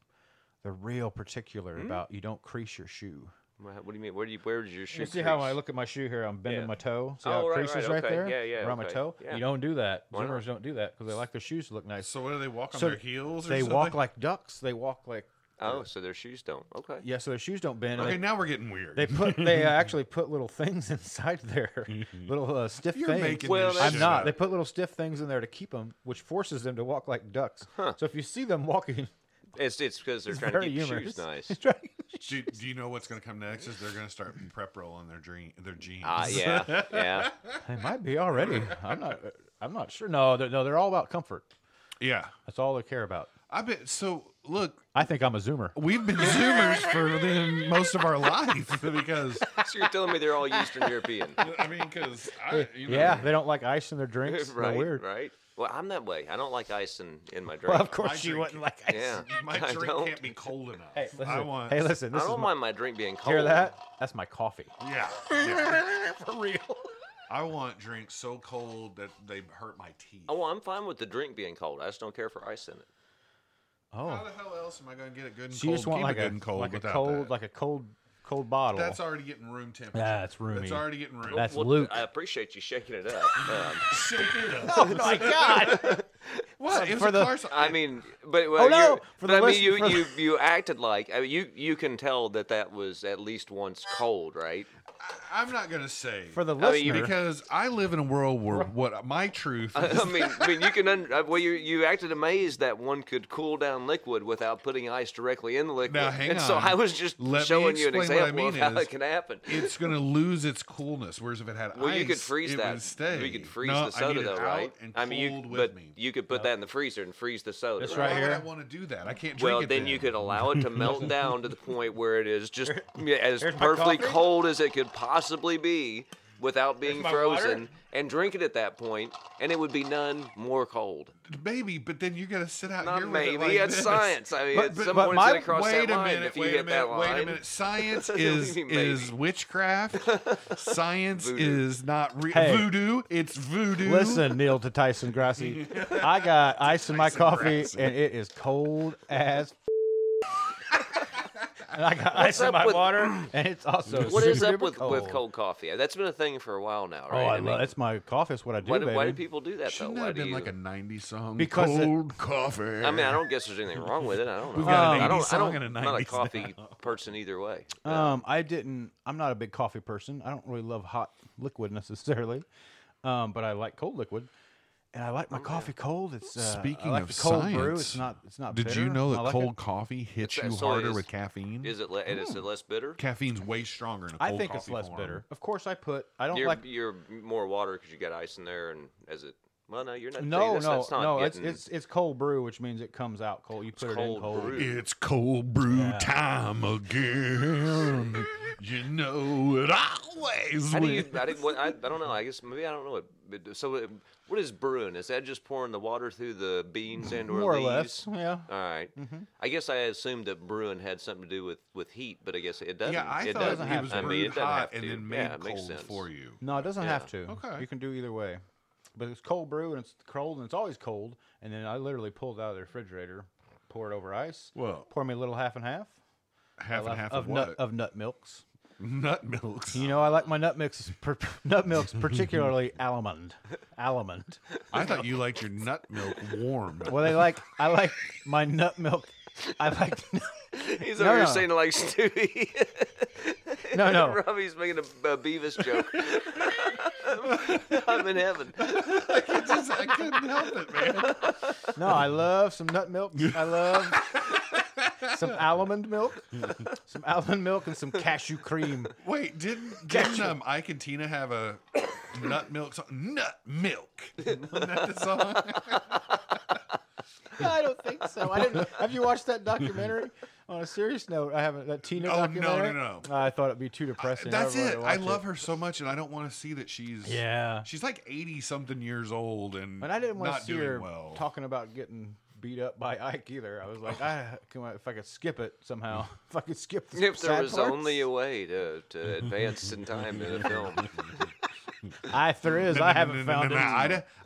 S4: They're real particular
S5: Hmm?
S4: about you don't crease your shoe.
S5: Wha- What do you mean? Where do you? Where's your shoe?
S4: You see how
S5: crease?
S4: I look at my shoe here? I'm bending
S5: Yeah.
S4: my toe. See
S5: Oh,
S4: how it
S5: right,
S4: creases
S5: right,
S4: right,
S5: okay.
S4: there?
S5: Yeah, yeah,
S4: Around my
S5: okay.
S4: toe.
S5: Yeah.
S4: You don't do that.
S5: Why not?
S4: Zoomers don't do that because they like their shoes to look nice.
S6: so what do they walk on
S4: So
S6: their heels? Or
S4: they
S6: something?
S4: walk like ducks. They walk like
S5: Oh, so their shoes don't. Okay.
S4: yeah. So their shoes don't bend. and
S6: Okay,
S4: they-
S6: now we're getting weird.
S4: They put they uh, actually put little things inside there,
S5: Mm-hmm.
S4: little uh, stiff
S6: You're
S4: things.
S6: making
S5: Well,
S6: this
S5: that's-
S4: I'm
S6: shit
S4: not.
S6: up.
S4: They put little stiff things in there to keep them, which forces them to walk like ducks. So if you see them walking,
S5: It's it's because they're
S4: it's
S5: trying to
S4: very
S5: keep your
S4: humorous.
S5: shoes nice.
S4: It's trying-
S6: Do, do you know what's going to come next? Is they're going to start
S4: Ah,
S6: prep rolling their dream, their jeans.
S5: Ah, yeah, yeah.
S4: they might be already. I'm not. I'm not sure. No, they're, no, they're all about comfort.
S6: Yeah.
S4: That's all they care about.
S6: I bet. So look,
S4: I think I'm a Zoomer.
S6: we've been Zoomers for then most of our life because
S5: So you're telling me they're all Eastern European?
S6: I mean, because I, you know,
S4: Yeah, they don't like ice in their drinks. They're
S5: right.
S4: weird.
S5: Right. Well, I'm that way. I don't like ice in, in my drink.
S8: Well, of course
S6: I
S8: you
S6: drink
S8: wouldn't
S6: it.
S8: like ice.
S5: Yeah.
S6: my
S5: I
S6: drink
S5: don't-
S6: can't be cold enough.
S4: Hey, listen.
S6: I want.
S4: hey, listen. This
S5: I
S4: is
S5: don't
S4: my,
S5: mind my drink being cold.
S4: hear that? That's my coffee.
S6: Yeah. yeah.
S8: For real.
S6: I want drinks so cold that they hurt my teeth.
S5: Oh, well, I'm fine with the drink being cold. I just don't care for ice in it.
S6: How
S4: Oh,
S6: the hell else am I going to get it good and
S4: so
S6: cold?
S4: you just want
S6: Keep
S4: like
S6: it good
S4: a
S6: and cold
S4: like a
S6: without
S4: cold
S6: that.
S4: like a cold cold bottle.
S6: That's already getting room temperature.
S4: Yeah, it's roomy.
S6: That's already getting room.
S4: That's
S5: Well,
S4: Luke.
S5: I appreciate you shaking it up. Um,
S6: Shake it up.
S4: oh my god!
S6: What? It was
S4: for
S6: a
S4: the-
S6: car-
S5: I mean, but well,
S4: Oh, no!
S5: you're-
S4: For
S5: but
S4: the
S5: I
S4: listen-
S5: mean, you,
S4: for the-
S5: you you acted like I mean, you you can tell that that was at least once cold, right?
S6: I'm not going to say
S4: For the
S5: I mean, you
S4: listener,
S6: because I live in a world where what my truth.
S5: I mean, I mean, you can. Un- uh, well, you you acted amazed that one could cool down liquid without putting ice directly in the liquid.
S6: Now, hang
S5: and so
S6: on.
S5: I was just
S6: Let me
S5: showing you an
S6: explain what I
S5: example of
S6: mean
S5: how
S6: is-
S5: it can happen.
S6: it's going to lose its coolness. Whereas if it had
S5: Well,
S6: ice,
S5: you could freeze
S6: it
S5: that.
S6: Would stay.
S5: We could freeze
S6: no,
S5: the
S6: I
S5: soda,
S6: need it
S5: though,
S6: out
S5: right?
S6: And
S5: I mean, you
S6: cooled with
S5: but
S6: me.
S5: you could put that in the freezer and freeze the soda.
S4: That's
S6: Why
S4: right
S6: would
S4: here.
S6: I want to do that? I can't drink
S5: Well,
S6: it.
S5: then you could allow it to melt down to the point where it is just yeah, as
S4: here's my
S5: perfectly
S4: coffee.
S5: cold as it could possibly be without being
S4: my water.
S5: frozen and drink it at that point, and it would be none more cold.
S6: maybe, but then you got to sit out
S5: Not
S6: here
S5: maybe.
S6: with it like
S5: it's
S6: this.
S5: science. I mean,
S4: But-
S5: at
S4: but-
S5: some
S4: but
S5: point
S4: my-
S5: it's going to cross
S6: Wait
S5: that
S6: a
S5: line
S6: minute.
S5: if you
S6: Wait
S5: hit
S6: a minute.
S5: that line.
S6: Wait a minute. Science
S5: What do you
S6: is
S5: mean,
S6: is
S5: maybe?
S6: witchcraft. Science
S5: Voodoo.
S6: is not re-
S4: Hey.
S6: voodoo. It's voodoo.
S4: listen, Neil to Tyson Grassi. I got ice in my
S6: Tyson
S4: coffee,
S6: Grassi.
S4: and it is cold as. and I got ice in
S5: up
S4: my
S5: with-
S4: water, and it's also
S5: What is up
S4: super
S5: with with cold coffee? That's been a thing for a while now, right?
S4: Oh, I,
S5: mean,
S4: love that's my coffee. That's what I do,
S5: Why, do-
S4: baby.
S5: why do people do that
S6: Shouldn't
S5: though?
S6: that
S5: Why
S6: have
S5: do
S6: been
S5: you?
S6: like a 90 song?
S4: Because it-
S6: cold coffee.
S5: I mean, I don't guess there's anything wrong with it. I don't know.
S6: got an
S5: I
S6: 80s
S5: don't. I
S6: song
S5: don't.
S6: and a
S5: I'm not a
S6: 90s now.
S5: coffee person either way.
S4: Um, I didn't. I'm not a big coffee person. I don't really love hot liquid necessarily, um, but I like cold liquid, and I like my coffee cold. It's uh, I
S6: Oh, Speaking
S4: like
S6: of
S4: the cold
S6: science,
S4: brew. It's not. It's not.
S6: Did you
S4: bitter.
S6: know
S4: I
S6: that
S4: like it.
S6: cold coffee hits
S5: So-
S6: you
S5: so
S6: harder
S5: is-
S6: with caffeine?
S5: Is it? Le- and is it less bitter?
S6: Caffeine's way stronger in a cold
S4: I think it's
S6: coffee
S4: less
S6: form.
S4: bitter. Of course, I put. I don't
S5: you're
S4: like.
S5: you're more water because you got ice in there, and as it. Well, no, you're not. see,
S4: No,
S5: that's,
S4: no,
S5: that's not
S4: no.
S5: Getting,
S4: It's it's it's cold brew, which means it comes out cold. You put it in
S5: cold
S4: cold.
S5: brew.
S6: It's cold brew time again. you know it always
S5: How do you?
S6: will.
S5: I, didn't, what, I, I don't know. I guess maybe I don't know what. but- So, uh, what is brewing? Is that just pouring the water through the beans and or
S4: More or
S5: leaves?
S4: less, yeah.
S5: All right.
S6: Mm-hmm.
S5: I guess I assumed that brewing had something to do with with heat, but I guess it doesn't.
S6: Yeah, I
S5: it
S6: thought
S5: doesn't.
S6: it was
S5: I mean,
S6: brewed
S5: it doesn't
S6: hot
S5: have
S6: and
S5: to.
S6: then
S5: yeah,
S6: made
S5: it makes
S6: cold
S5: sense.
S6: for you.
S4: No, it doesn't have
S5: Yeah.
S4: to.
S6: Okay.
S4: You can do either way. But it's cold brew and it's cold and it's always cold. And then I literally pulled it out of the refrigerator, pour it over ice.
S6: Well-
S4: pour me a little half and half.
S6: Half and
S4: Left-
S6: half
S4: of,
S6: of,
S4: nut
S6: what?
S4: of nut milks.
S6: nut milks.
S4: You know, I like my nut milks, per, nut milks particularly almond, almond.
S6: I thought you liked your nut milk warm.
S4: Well, they like I like my nut milk. I like
S5: He's
S4: No,
S5: over here
S4: no.
S5: saying it like Stewie.
S4: no, no.
S5: Robbie's making a, a Beavis joke. I'm in heaven.
S6: I, just, I couldn't help it, man.
S4: No, I love some nut milk. I love some almond milk, some almond milk, and some cashew cream.
S6: Wait, didn't, didn't um, Ike and Tina have a nut milk song? Nut milk. Isn't that the song?
S4: I don't think so. I didn't. Have you watched that documentary? On a serious note, I haven't. That Tina
S6: Oh, no, no,
S4: documentary.
S6: no.
S4: I thought it'd be too depressing.
S6: That's
S4: I
S6: it. I love her so much, and I don't want to see that she's
S4: Yeah.
S6: She's like eighty something years old, and
S4: And I didn't want
S6: not
S4: to see
S6: doing
S4: her
S6: well. Oh.
S4: talking about getting beat up by Ike either. I was like, "Ah, I, come on, if I could skip it somehow, if I could skip this.
S5: If there was only a way to, to advance in time in the film.
S4: I, if there is, I haven't found it.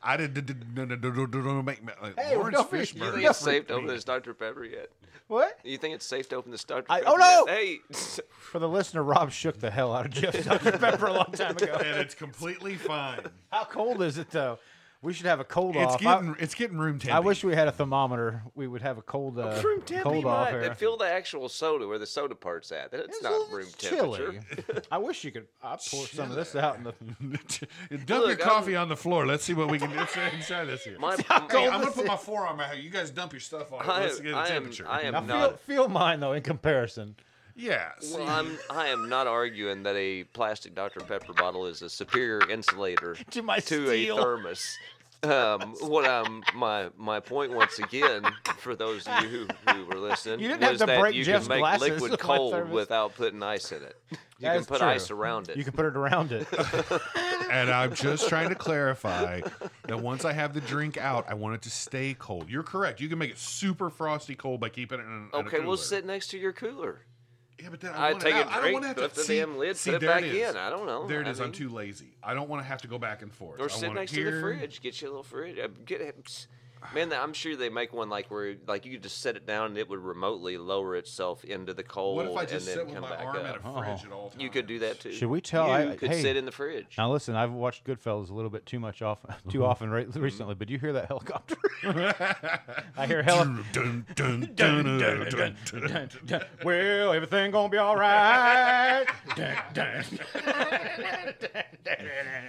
S6: I don't make me- like,
S4: Hey,
S6: Lawrence
S4: don't be-
S5: You
S6: Fishburne.
S5: think it's safe to open this Dr. Pepper yet?
S4: What?
S5: You think it's safe to open this Dr.
S4: I-
S5: Pepper
S4: oh, no!
S5: yet? Hey,
S4: For the listener, Rob shook the hell out of Jeff Dr. Pepper a long time ago.
S6: and it's completely fine.
S4: How cold is it though? We should have a cold
S6: It's
S4: off.
S6: getting it's getting room
S4: I, I
S6: temperature.
S4: wish we had a thermometer. We would have a cold uh, cold off
S5: Right,
S4: here.
S5: then feel the actual soda where the soda part's at. That's
S4: It's
S5: not
S4: a-
S5: room
S4: it's
S5: temperature.
S4: chilly. I wish you could. I pour some of this out in the.
S6: dump your
S5: Look, I'm-
S6: coffee on the floor. Let's see what we can do. Let's try- let's try this here.
S5: My,
S6: Hey, I'm gonna put my forearm out here. You guys dump your stuff on. it.
S5: I,
S6: Let's get a
S5: I am,
S6: temperature.
S5: I am
S4: Now
S5: not
S4: feel, feel mine though in comparison.
S6: yeah. see,
S5: Well, I'm I am not arguing that a plastic Dr Pepper bottle is a superior insulator
S4: To my
S5: to
S4: steel.
S5: a thermos. Um, what um my my point once again for those of you who, who were listening
S4: You didn't have
S5: was
S4: to
S5: that
S4: break
S5: you
S4: Jeff's
S5: can make
S4: glasses
S5: liquid
S4: with my
S5: cold
S4: thermos.
S5: without putting ice in it. You
S4: That
S5: can
S4: is
S5: put
S4: true.
S5: ice around it.
S4: You can put it around it.
S6: And I'm just trying to clarify that once I have the drink out, I want it to stay cold. You're correct. You can make it super frosty cold by keeping it in. in a
S5: okay,
S6: cooler.
S5: we'll sit next to your cooler.
S6: Yeah, but then I,
S5: I
S6: want
S5: take
S6: it
S5: a
S6: out. I don't
S5: drink,
S6: want to have to
S5: lift the
S6: see-
S5: damn lid,
S6: see,
S5: put it
S6: there
S5: back
S6: is.
S5: in. I don't know.
S6: There it
S5: I
S6: is. I'm
S5: mean-
S6: too lazy. I don't want to have to go back and forth. I
S5: Or sit
S6: want it
S5: next to
S6: here.
S5: the fridge. Get you a little fridge. Uh, Get it. Man, I'm sure they make one like where like you could just set it down and it would remotely lower itself into the cold
S6: What if I just
S5: and
S6: sit
S5: then
S6: with
S5: come
S6: my
S5: back
S6: arm at a
S5: up.
S6: fridge at all times?
S5: You could do that too.
S4: Should we tell-
S5: You
S4: I-
S5: could
S4: hey.
S5: sit in the fridge.
S4: Now listen, I've watched Goodfellas a little bit too much off,
S6: Mm-hmm.
S4: too often re- recently, but you hear that helicopter? I hear helicopter.
S6: Dun, dun, dun, dun, dun, dun, dun.
S4: well, everything gonna be all right.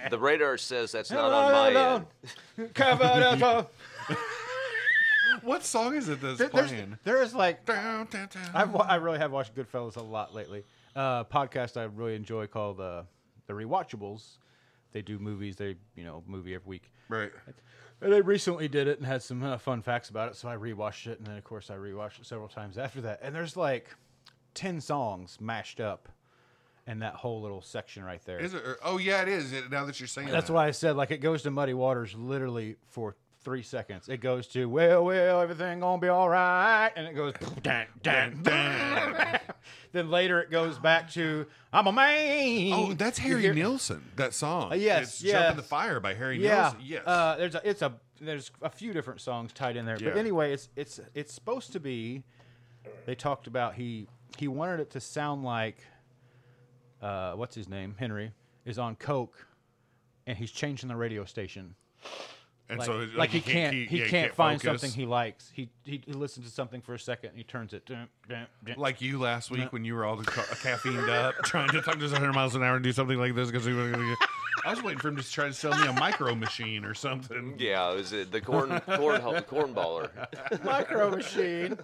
S5: The radar says that's not on my end.
S4: Covered up.
S6: What song is it that's
S4: There- there's-
S6: playing?
S4: there is like
S6: Dun, dun, dun.
S4: I've, wa- I really have watched Goodfellas a lot lately. Uh, podcast I really enjoy called uh, the Rewatchables. They do movies. They you know movie every week.
S6: Right.
S4: And They recently did it and had some uh, fun facts about it, so I rewatched it, and then of course I rewatched it several times after that. And there's like ten songs mashed up in that whole little section right there.
S6: Is it? Or, oh yeah, it is. It- now that you're saying
S4: That's
S6: that.
S4: why I said like it goes to muddy waters literally for three seconds. It goes to well, well, everything gonna be all right, and it goes dun, dun, dun. then later it goes back to I'm a man.
S6: Oh, that's
S4: You
S6: Harry
S4: hear-
S6: Nilsson. That song.
S4: Uh, yes,
S6: It's
S4: yes.
S6: Jump in the Fire by Harry
S4: Yeah,
S6: Nilsson. Yes.
S4: Uh, there's a, it's a there's a few different songs tied in there, but
S6: Yeah.
S4: anyway, it's it's it's supposed to be. They talked about he he wanted it to sound like, uh, what's his name Henry is on coke, and he's changing the radio station.
S6: and
S4: Like,
S6: so
S4: like
S6: it's-
S4: he, can't he,
S6: yeah,
S4: can't, find
S6: focus.
S4: something he likes. He, he he listens to something for a second and he turns it. dun, dun, dun.
S6: Like you last week when you were all ca- caffeined up, trying to talk to 100 miles an hour and do something like this because I was waiting for him to try to sell me a micro machine or something.
S5: Yeah, it was uh, the corn corn ho- corn baller.
S4: micro machine.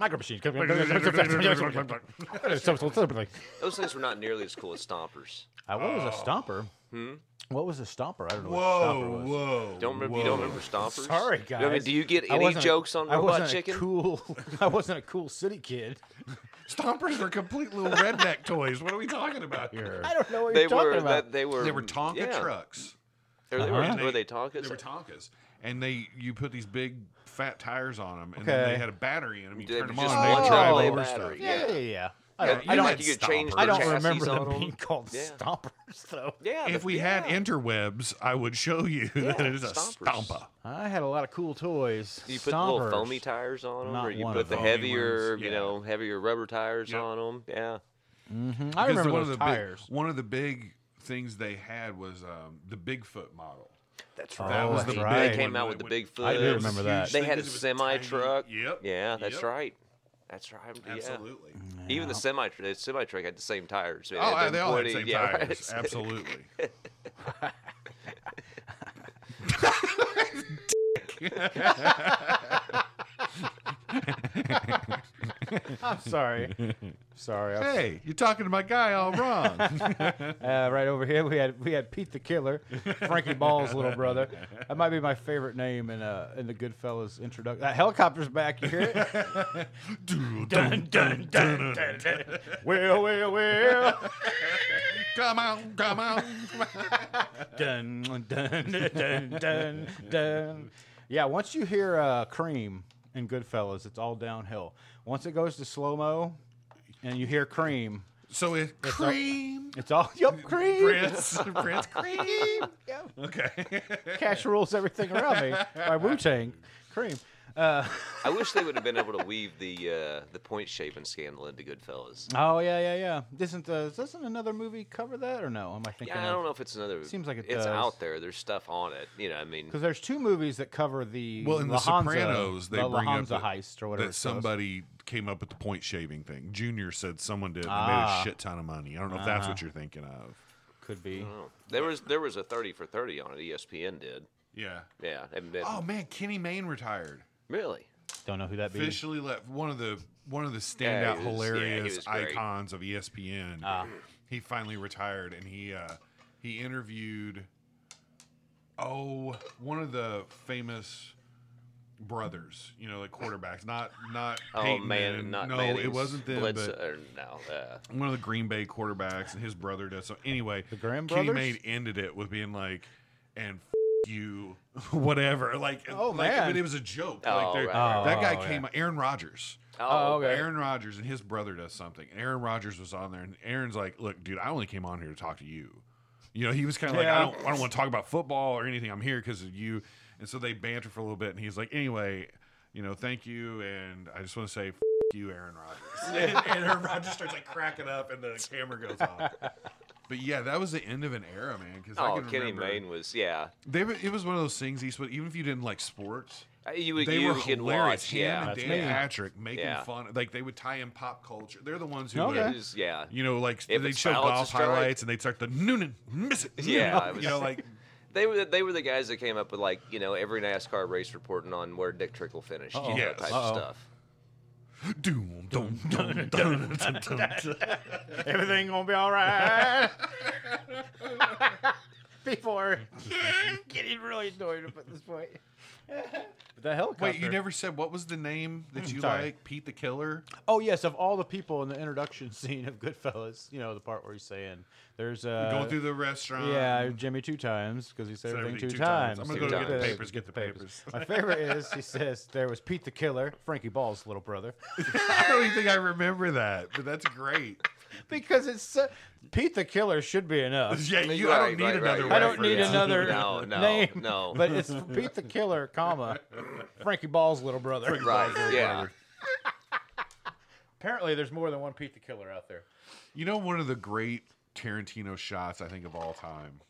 S4: Micro machine. Uh,
S5: Those things were not nearly as cool as stompers.
S4: Uh, what was a stomper?
S5: Hmm?
S4: What was a stomper? I don't know what a
S6: Whoa,
S4: stomper was.
S6: whoa.
S5: Don't remember. You don't remember stompers?
S4: Sorry,
S5: I
S4: guys.
S5: mean, do you get
S4: I
S5: any
S4: wasn't a-
S5: jokes on
S4: I
S5: robot
S4: wasn't a
S5: chicken?
S4: Cool. I wasn't a cool city kid.
S6: Stompers are complete little redneck toys. What are we talking about here?
S4: I don't know what
S5: They
S4: you're talking
S5: were,
S4: about.
S5: that, they were.
S6: They were Tonka
S5: yeah.
S6: trucks.
S5: Or they
S4: Uh-huh.
S5: were, were they Tonkas?
S6: They were Tonkas. And they, you put these big fat tires on them, and
S4: Okay.
S6: then they had a battery in them. You
S5: They
S6: turned them
S5: were
S6: on,
S5: just
S6: and
S5: like
S6: they drive
S5: a
S6: over
S5: battery.
S6: stuff.
S4: yeah, yeah, yeah. yeah. I
S5: Yeah,
S4: don't,
S5: you
S4: I don't,
S5: like you could change
S4: I
S5: the
S4: don't
S5: chassis
S4: remember
S5: on
S4: them
S5: them.
S4: being called
S5: Yeah.
S4: stompers, though.
S5: Yeah.
S6: If
S5: the-
S6: we had
S5: yeah.
S6: interwebs, I would show you that it is a
S5: stompers.
S6: stomper.
S4: I had a lot of cool toys.
S5: You put
S4: stompers.
S5: little foamy tires on them,
S4: Not
S5: or you
S4: one of
S5: put the
S4: them.
S5: heavier,
S6: Foamy ones,
S5: you
S6: yeah.
S5: know, heavier rubber tires
S6: Yep.
S5: on them. Yeah.
S4: Mm, I
S6: Because
S4: remember
S6: one
S4: those
S6: of the big-
S4: tires.
S6: one of the big things they had was um, the Bigfoot model.
S5: That's
S4: right. was the
S5: they
S4: Oh, right.
S5: came out
S6: one
S5: with the
S6: that
S5: big
S6: went-
S5: foot.
S4: I do
S6: It was
S4: remember
S6: a
S4: that.
S6: huge
S5: They
S6: thing
S5: had a
S6: 'cause it was tiny.
S5: semi truck.
S6: Yep.
S5: Yeah, that's
S6: yep,
S5: right. That's right. yeah.
S6: Absolutely.
S5: Even the semi the semi truck had the same tires. man.
S6: Oh,
S5: It
S6: uh, they all had the
S5: pointed-
S6: same
S5: yeah, right.
S6: tires. Absolutely.
S4: I'm sorry. sorry. I-
S6: hey, you're talking to my guy all wrong.
S4: Uh, right over here, we had we had Pete the Killer, Frankie Ball's little brother. That might be my favorite name in uh in the Goodfellas introduction. That helicopter's back. You hear it?
S6: dun, dun, dun, dun.
S4: well, well, well.
S6: Come on, come on.
S4: dun, dun, dun, dun, dun. Yeah, once you hear uh, Cream in Goodfellas, it's all downhill. Once it goes to slow mo, and you hear Cream,
S6: So it cream.
S4: it's all yup Cream.
S6: Prince, Prince cream. Okay.
S4: Cash rules everything around me by Wu Tang. Cream.
S5: I wish they would have been able to weave the uh, the point shaving scandal into Goodfellas.
S4: Oh yeah, yeah, yeah. Doesn't the, doesn't another movie cover that or no? Am I thinking?
S5: Yeah, I don't know if it's another.
S4: Seems like it
S5: It's
S4: does.
S5: out there. There's stuff on it. You know, I mean,
S4: Because there's two movies that cover the
S6: Well, in
S4: La
S6: The
S4: Hanza-
S6: Sopranos, they
S4: the La
S6: bring up
S4: Hanza
S6: that-
S4: heist or whatever.
S6: that
S4: it's called.
S6: somebody came up with the point shaving thing. Junior said someone did. And
S4: Ah. Uh-huh.
S6: They made a shit ton of money. I don't know if that's what you're thinking of.
S4: could be.
S5: there was there was a thirty for thirty on it. E ESPN did.
S6: Yeah.
S5: Yeah. and- and-
S6: Oh man, Kenny Mayne retired.
S5: really?
S4: Don't know who that be.
S6: Officially left one of the one of the
S5: Yeah,
S6: standout
S5: he was- yeah, he
S6: hilarious
S5: was great. Uh-huh.
S6: icons of E ESPN. He finally retired, and he uh, he interviewed Oh, one of the famous brothers, you know, like quarterbacks. Not not
S5: Oh
S6: Peyton
S5: man,
S6: and-
S5: not
S6: no,
S5: Manning's
S6: it wasn't them,
S5: Blitz,
S6: but
S5: or no, uh,
S6: one of the Green Bay quarterbacks and his brother does so. Anyway, the
S4: Graham
S6: Kenny
S4: brothers?
S6: Mayne ended it with being like, "And f- you, whatever." Like,
S4: Oh,
S6: like,
S4: man.
S6: but it was a joke.
S5: Oh,
S6: like, they're-
S5: right,
S6: that guy
S4: Oh,
S6: came. Aaron Rodgers.
S5: oh,
S4: okay.
S6: Aaron Rodgers and his brother does something, and Aaron Rodgers was on there, and Aaron's like, "Look, dude, I only came on here to talk to you." You know, he was kind of
S4: Yeah.
S6: like, "I don't, I don't want to talk about football or anything. I'm here because of you." And so they banter for a little bit, and he's like, "Anyway, you know, thank you, and I just want to say." F- you, Aaron Rodgers, and, and Aaron Rodgers starts like cracking up, and the camera goes off. But yeah, that was the end of an era, man. Because I
S5: oh,
S6: can
S5: Kenny
S6: remember
S5: Mayne was yeah.
S6: They, were- it was one of those things, Eastwood. Even if you didn't like sports,
S5: Uh, You would
S6: they
S5: you
S6: were
S5: could
S6: hilarious.
S5: watch
S6: Him
S5: yeah.
S6: and Dan
S5: yeah.
S6: Patrick making
S5: Yeah.
S6: fun. Like they would tie in pop culture. They're the ones who,
S5: It
S6: would,
S5: was- yeah.
S6: you know, like
S5: If
S6: they
S5: it's
S6: show
S5: foul, it's a
S6: golf
S5: strike.
S6: highlights and they start the Noonan miss it.
S5: Yeah, it
S6: you know,
S5: was-
S6: you know, like
S5: They were they were the guys that came up with like you know every NASCAR race reporting on where Dick Trickle finished, you know, that
S6: Yes.
S5: type
S6: Uh-oh.
S5: of stuff.
S6: doom, doom, doom, doom, doom, doom.
S4: Everything gonna be all right. People are getting really annoyed at this point. but the helicopter.
S6: Wait, you never said what was the name that you
S4: Sorry.
S6: like? Pete the Killer.
S4: Oh yes, of all the people in the introduction scene of Goodfellas, you know the part where he's saying, "There's uh,
S6: Going through the restaurant.
S4: yeah, Jimmy two times because he said
S6: Said
S4: everything,
S6: everything
S4: two,
S6: two times.
S4: times.
S6: I'm gonna
S5: go get the
S6: papers, get the papers.
S4: My favorite is he says there was Pete the Killer, Frankie Ball's little brother,
S6: I don't even think I remember that, but that's great.
S4: because it's so, Pete the Killer should be enough.
S6: Yeah, you. I don't
S5: Right,
S6: need
S5: right,
S6: another.
S5: right,
S6: way
S4: I don't
S6: for
S4: need
S6: that.
S4: another
S5: No, no,
S4: name.
S5: no.
S4: but it's Pete the Killer, comma Frankie Ball's little brother.
S5: Right, yeah.
S4: Apparently, there's more than one Pete the Killer out there.
S6: You know, one of the great Tarantino shots, I think, of all time,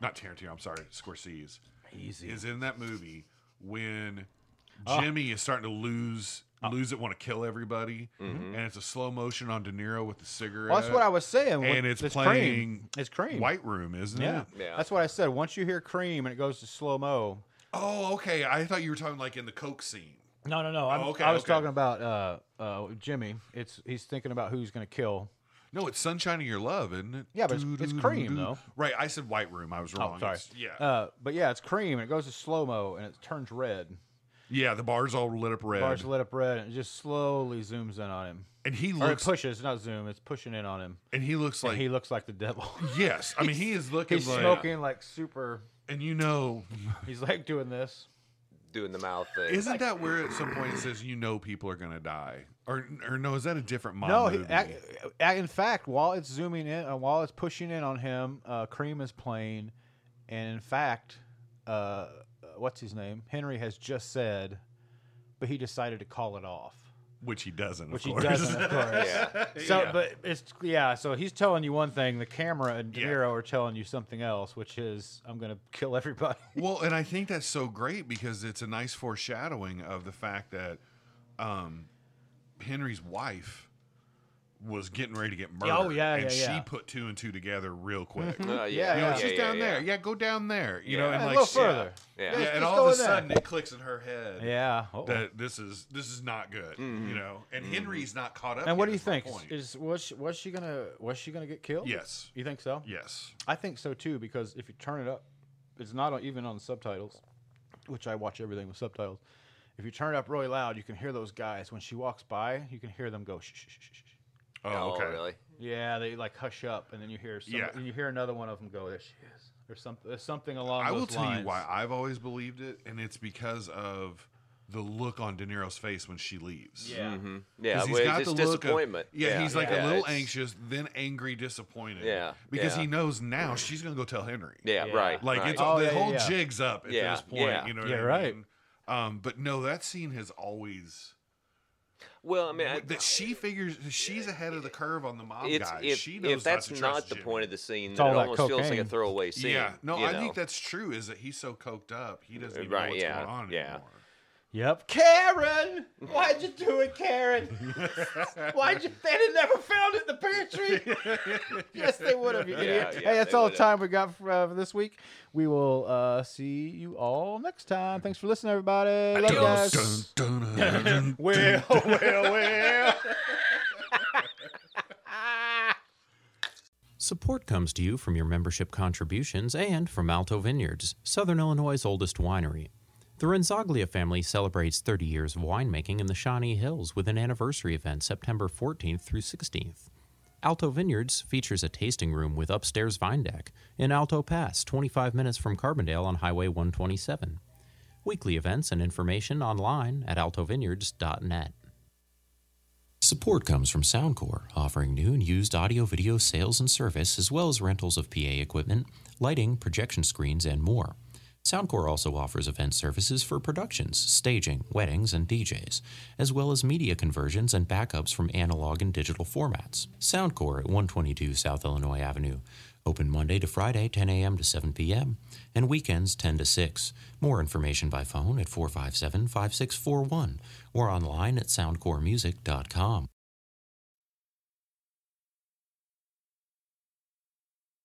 S6: not Tarantino, I'm sorry, Scorsese,
S4: Easy. Ah.
S6: is in that movie when Jimmy is starting to lose. Lose it, want to kill everybody, and it's a slow motion on De Niro with the cigarette.
S4: Mm-hmm. Well, that's what I was saying. with-
S6: and it's
S4: this
S6: playing
S4: Cream. It's cream.
S6: White Room, isn't
S4: Yeah.
S6: it?
S5: Yeah.
S4: That's what I said. Once you hear cream and it goes to slow mo.
S6: Oh, okay. I thought you were talking like in the Coke scene.
S4: No, no, no. I'm,
S6: Oh, okay,
S4: I was
S6: okay.
S4: talking about uh, uh, Jimmy. It's he's thinking about who's going to kill.
S6: No, it's Sunshine of Your Love, isn't it?
S4: Yeah, but it's- it's Cream,
S6: Doo-doo-doo-doo.
S4: though.
S6: Right, I said White Room. I was wrong.
S4: Oh, sorry.
S6: It's- Yeah,
S4: Uh, but yeah, it's cream and it goes to slow mo and it turns red.
S6: yeah. The bar's all lit up red,
S4: Bars lit up red and it just slowly zooms in on him.
S6: and he
S4: Or it
S6: looks
S4: pushes, not zoom. It's pushing in on him.
S6: and he looks
S4: And
S6: like
S4: he looks like the devil.
S6: Yes, I mean he is looking
S4: he's
S6: like,
S4: smoking like super.
S6: and you know,
S4: He's like doing this.
S5: Doing the mouth thing.
S6: isn't that where at some point it says you know people are gonna die, or or no, is that a different mom
S4: No, he,
S6: movie?
S4: ac- ac- in fact, while it's zooming in, uh, while it's pushing in on him, uh, Cream is playing, and in fact, uh, uh, what's his name? Henry has just said, but he decided to call it off,
S6: which he doesn't,
S4: which
S6: of
S4: he
S6: course.
S4: doesn't, of course.
S5: yeah.
S4: So, but it's yeah. So he's telling you one thing. The camera and De
S6: Yeah.
S4: Niro are telling you something else, which is I'm going to kill everybody.
S6: Well, and I think that's so great because it's a nice foreshadowing of the fact that um, Henry's wife was getting ready to get murdered.
S4: Oh, yeah,
S6: and
S4: yeah, Mm-hmm. yeah.
S6: She put two and two together real quick.
S5: Uh,
S4: Yeah,
S5: yeah,
S6: You know,
S5: yeah,
S6: she's
S5: yeah,
S6: down
S5: yeah,
S6: there. Yeah, go down there. You know,
S5: Yeah.
S6: and
S4: a
S6: like
S4: little
S6: she-
S4: further.
S5: Yeah. Yeah.
S6: Yeah, and
S4: just
S6: all of
S4: go
S6: a
S4: in there.
S6: sudden it clicks in her head.
S4: Yeah. Uh-oh.
S6: that this is this is not good.
S5: Mm-hmm.
S6: You know, and Henry's not caught up.
S4: and what do
S6: yet,
S4: you
S6: is my
S4: think?
S6: point.
S4: Is was she, was she gonna was she gonna get killed?
S6: yes,
S4: You think so?
S6: yes.
S4: I think so too because if you turn it up, it's not on, even on the subtitles, which I watch everything with subtitles. If you turn it up really loud, you can hear those guys when she walks by. You can hear them go shh shh shh. shh, shh.
S6: Oh,
S5: Oh,
S6: okay.
S5: really?
S4: Yeah, they like hush up, and then you hear some,
S6: Yeah.
S4: and you hear another one of them go there she is or something there's something along.
S6: I will
S4: those
S6: tell
S4: lines.
S6: you why I've always believed it, and it's because of the look on De Niro's face when she leaves.
S4: Yeah.
S5: Hmm. Yeah,
S6: 'Cause he's
S5: well,
S6: got
S5: it's
S6: the look of-
S5: disappointment.
S6: yeah, he's like
S5: yeah,
S6: a little
S5: it's-
S6: anxious, then angry, disappointed.
S5: Yeah,
S6: because
S5: yeah.
S6: he knows now she's gonna go tell Henry.
S5: Yeah, right.
S6: like
S5: right.
S6: it's
S4: Oh,
S6: the
S4: yeah, yeah,
S6: whole
S4: yeah.
S6: jig's up at
S5: Yeah,
S6: this point.
S5: yeah.
S6: You know, what
S4: Yeah,
S6: I
S4: right.
S6: mean? Um, but no, that scene has always
S5: well, I mean, I,
S6: that she figures she's ahead of the curve on the mob
S5: it's
S6: guy.
S5: if,
S6: she knows
S5: if that's
S6: not, to
S5: not,
S6: trust
S5: the
S6: Jimmy.
S5: point of the scene,
S4: all
S5: then it
S4: that
S5: almost feels like a
S4: cocaine.
S5: throwaway scene.
S6: Yeah, no,
S5: you
S6: I
S5: know?
S6: think that's true. Is that he's so coked up, he doesn't even
S5: Right,
S6: know what's
S5: yeah,
S6: going on
S5: yeah.
S6: anymore.
S4: Yep. Karen, why'd you do it, Karen? why'd you? They would never found it in the pantry. yes, they would have. you
S5: Yeah,
S4: idiot.
S5: yeah,
S4: hey, that's
S5: they
S4: all the
S5: would've.
S4: time we got for, uh, for this week. We will uh, see you all next time. Thanks for listening, everybody. Love you guys.
S6: Dun, dun, dun, dun.
S4: Well, well, well.
S7: Support comes to you from your membership contributions and from Alto Vineyards, Southern Illinois' oldest winery. The Renzaglia family celebrates 30 years of winemaking in the Shawnee Hills with an anniversary event September 14th through 16th. Alto Vineyards features a tasting room with upstairs vine deck in Alto Pass, 25 minutes from Carbondale on Highway 127. Weekly events and information online at altovineyards.net. Support comes from Soundcore, offering new and used audio video sales and service, as well as rentals of PA equipment, lighting, projection screens, and more. Soundcore also offers event services for productions, staging, weddings, and DJs, as well as media conversions and backups from analog and digital formats. Soundcore at 122 South Illinois Avenue. Open Monday to Friday, 10 a.m. to 7 p.m., and weekends 10 to 6. More information by phone at 457 5641 or online at soundcoremusic.com.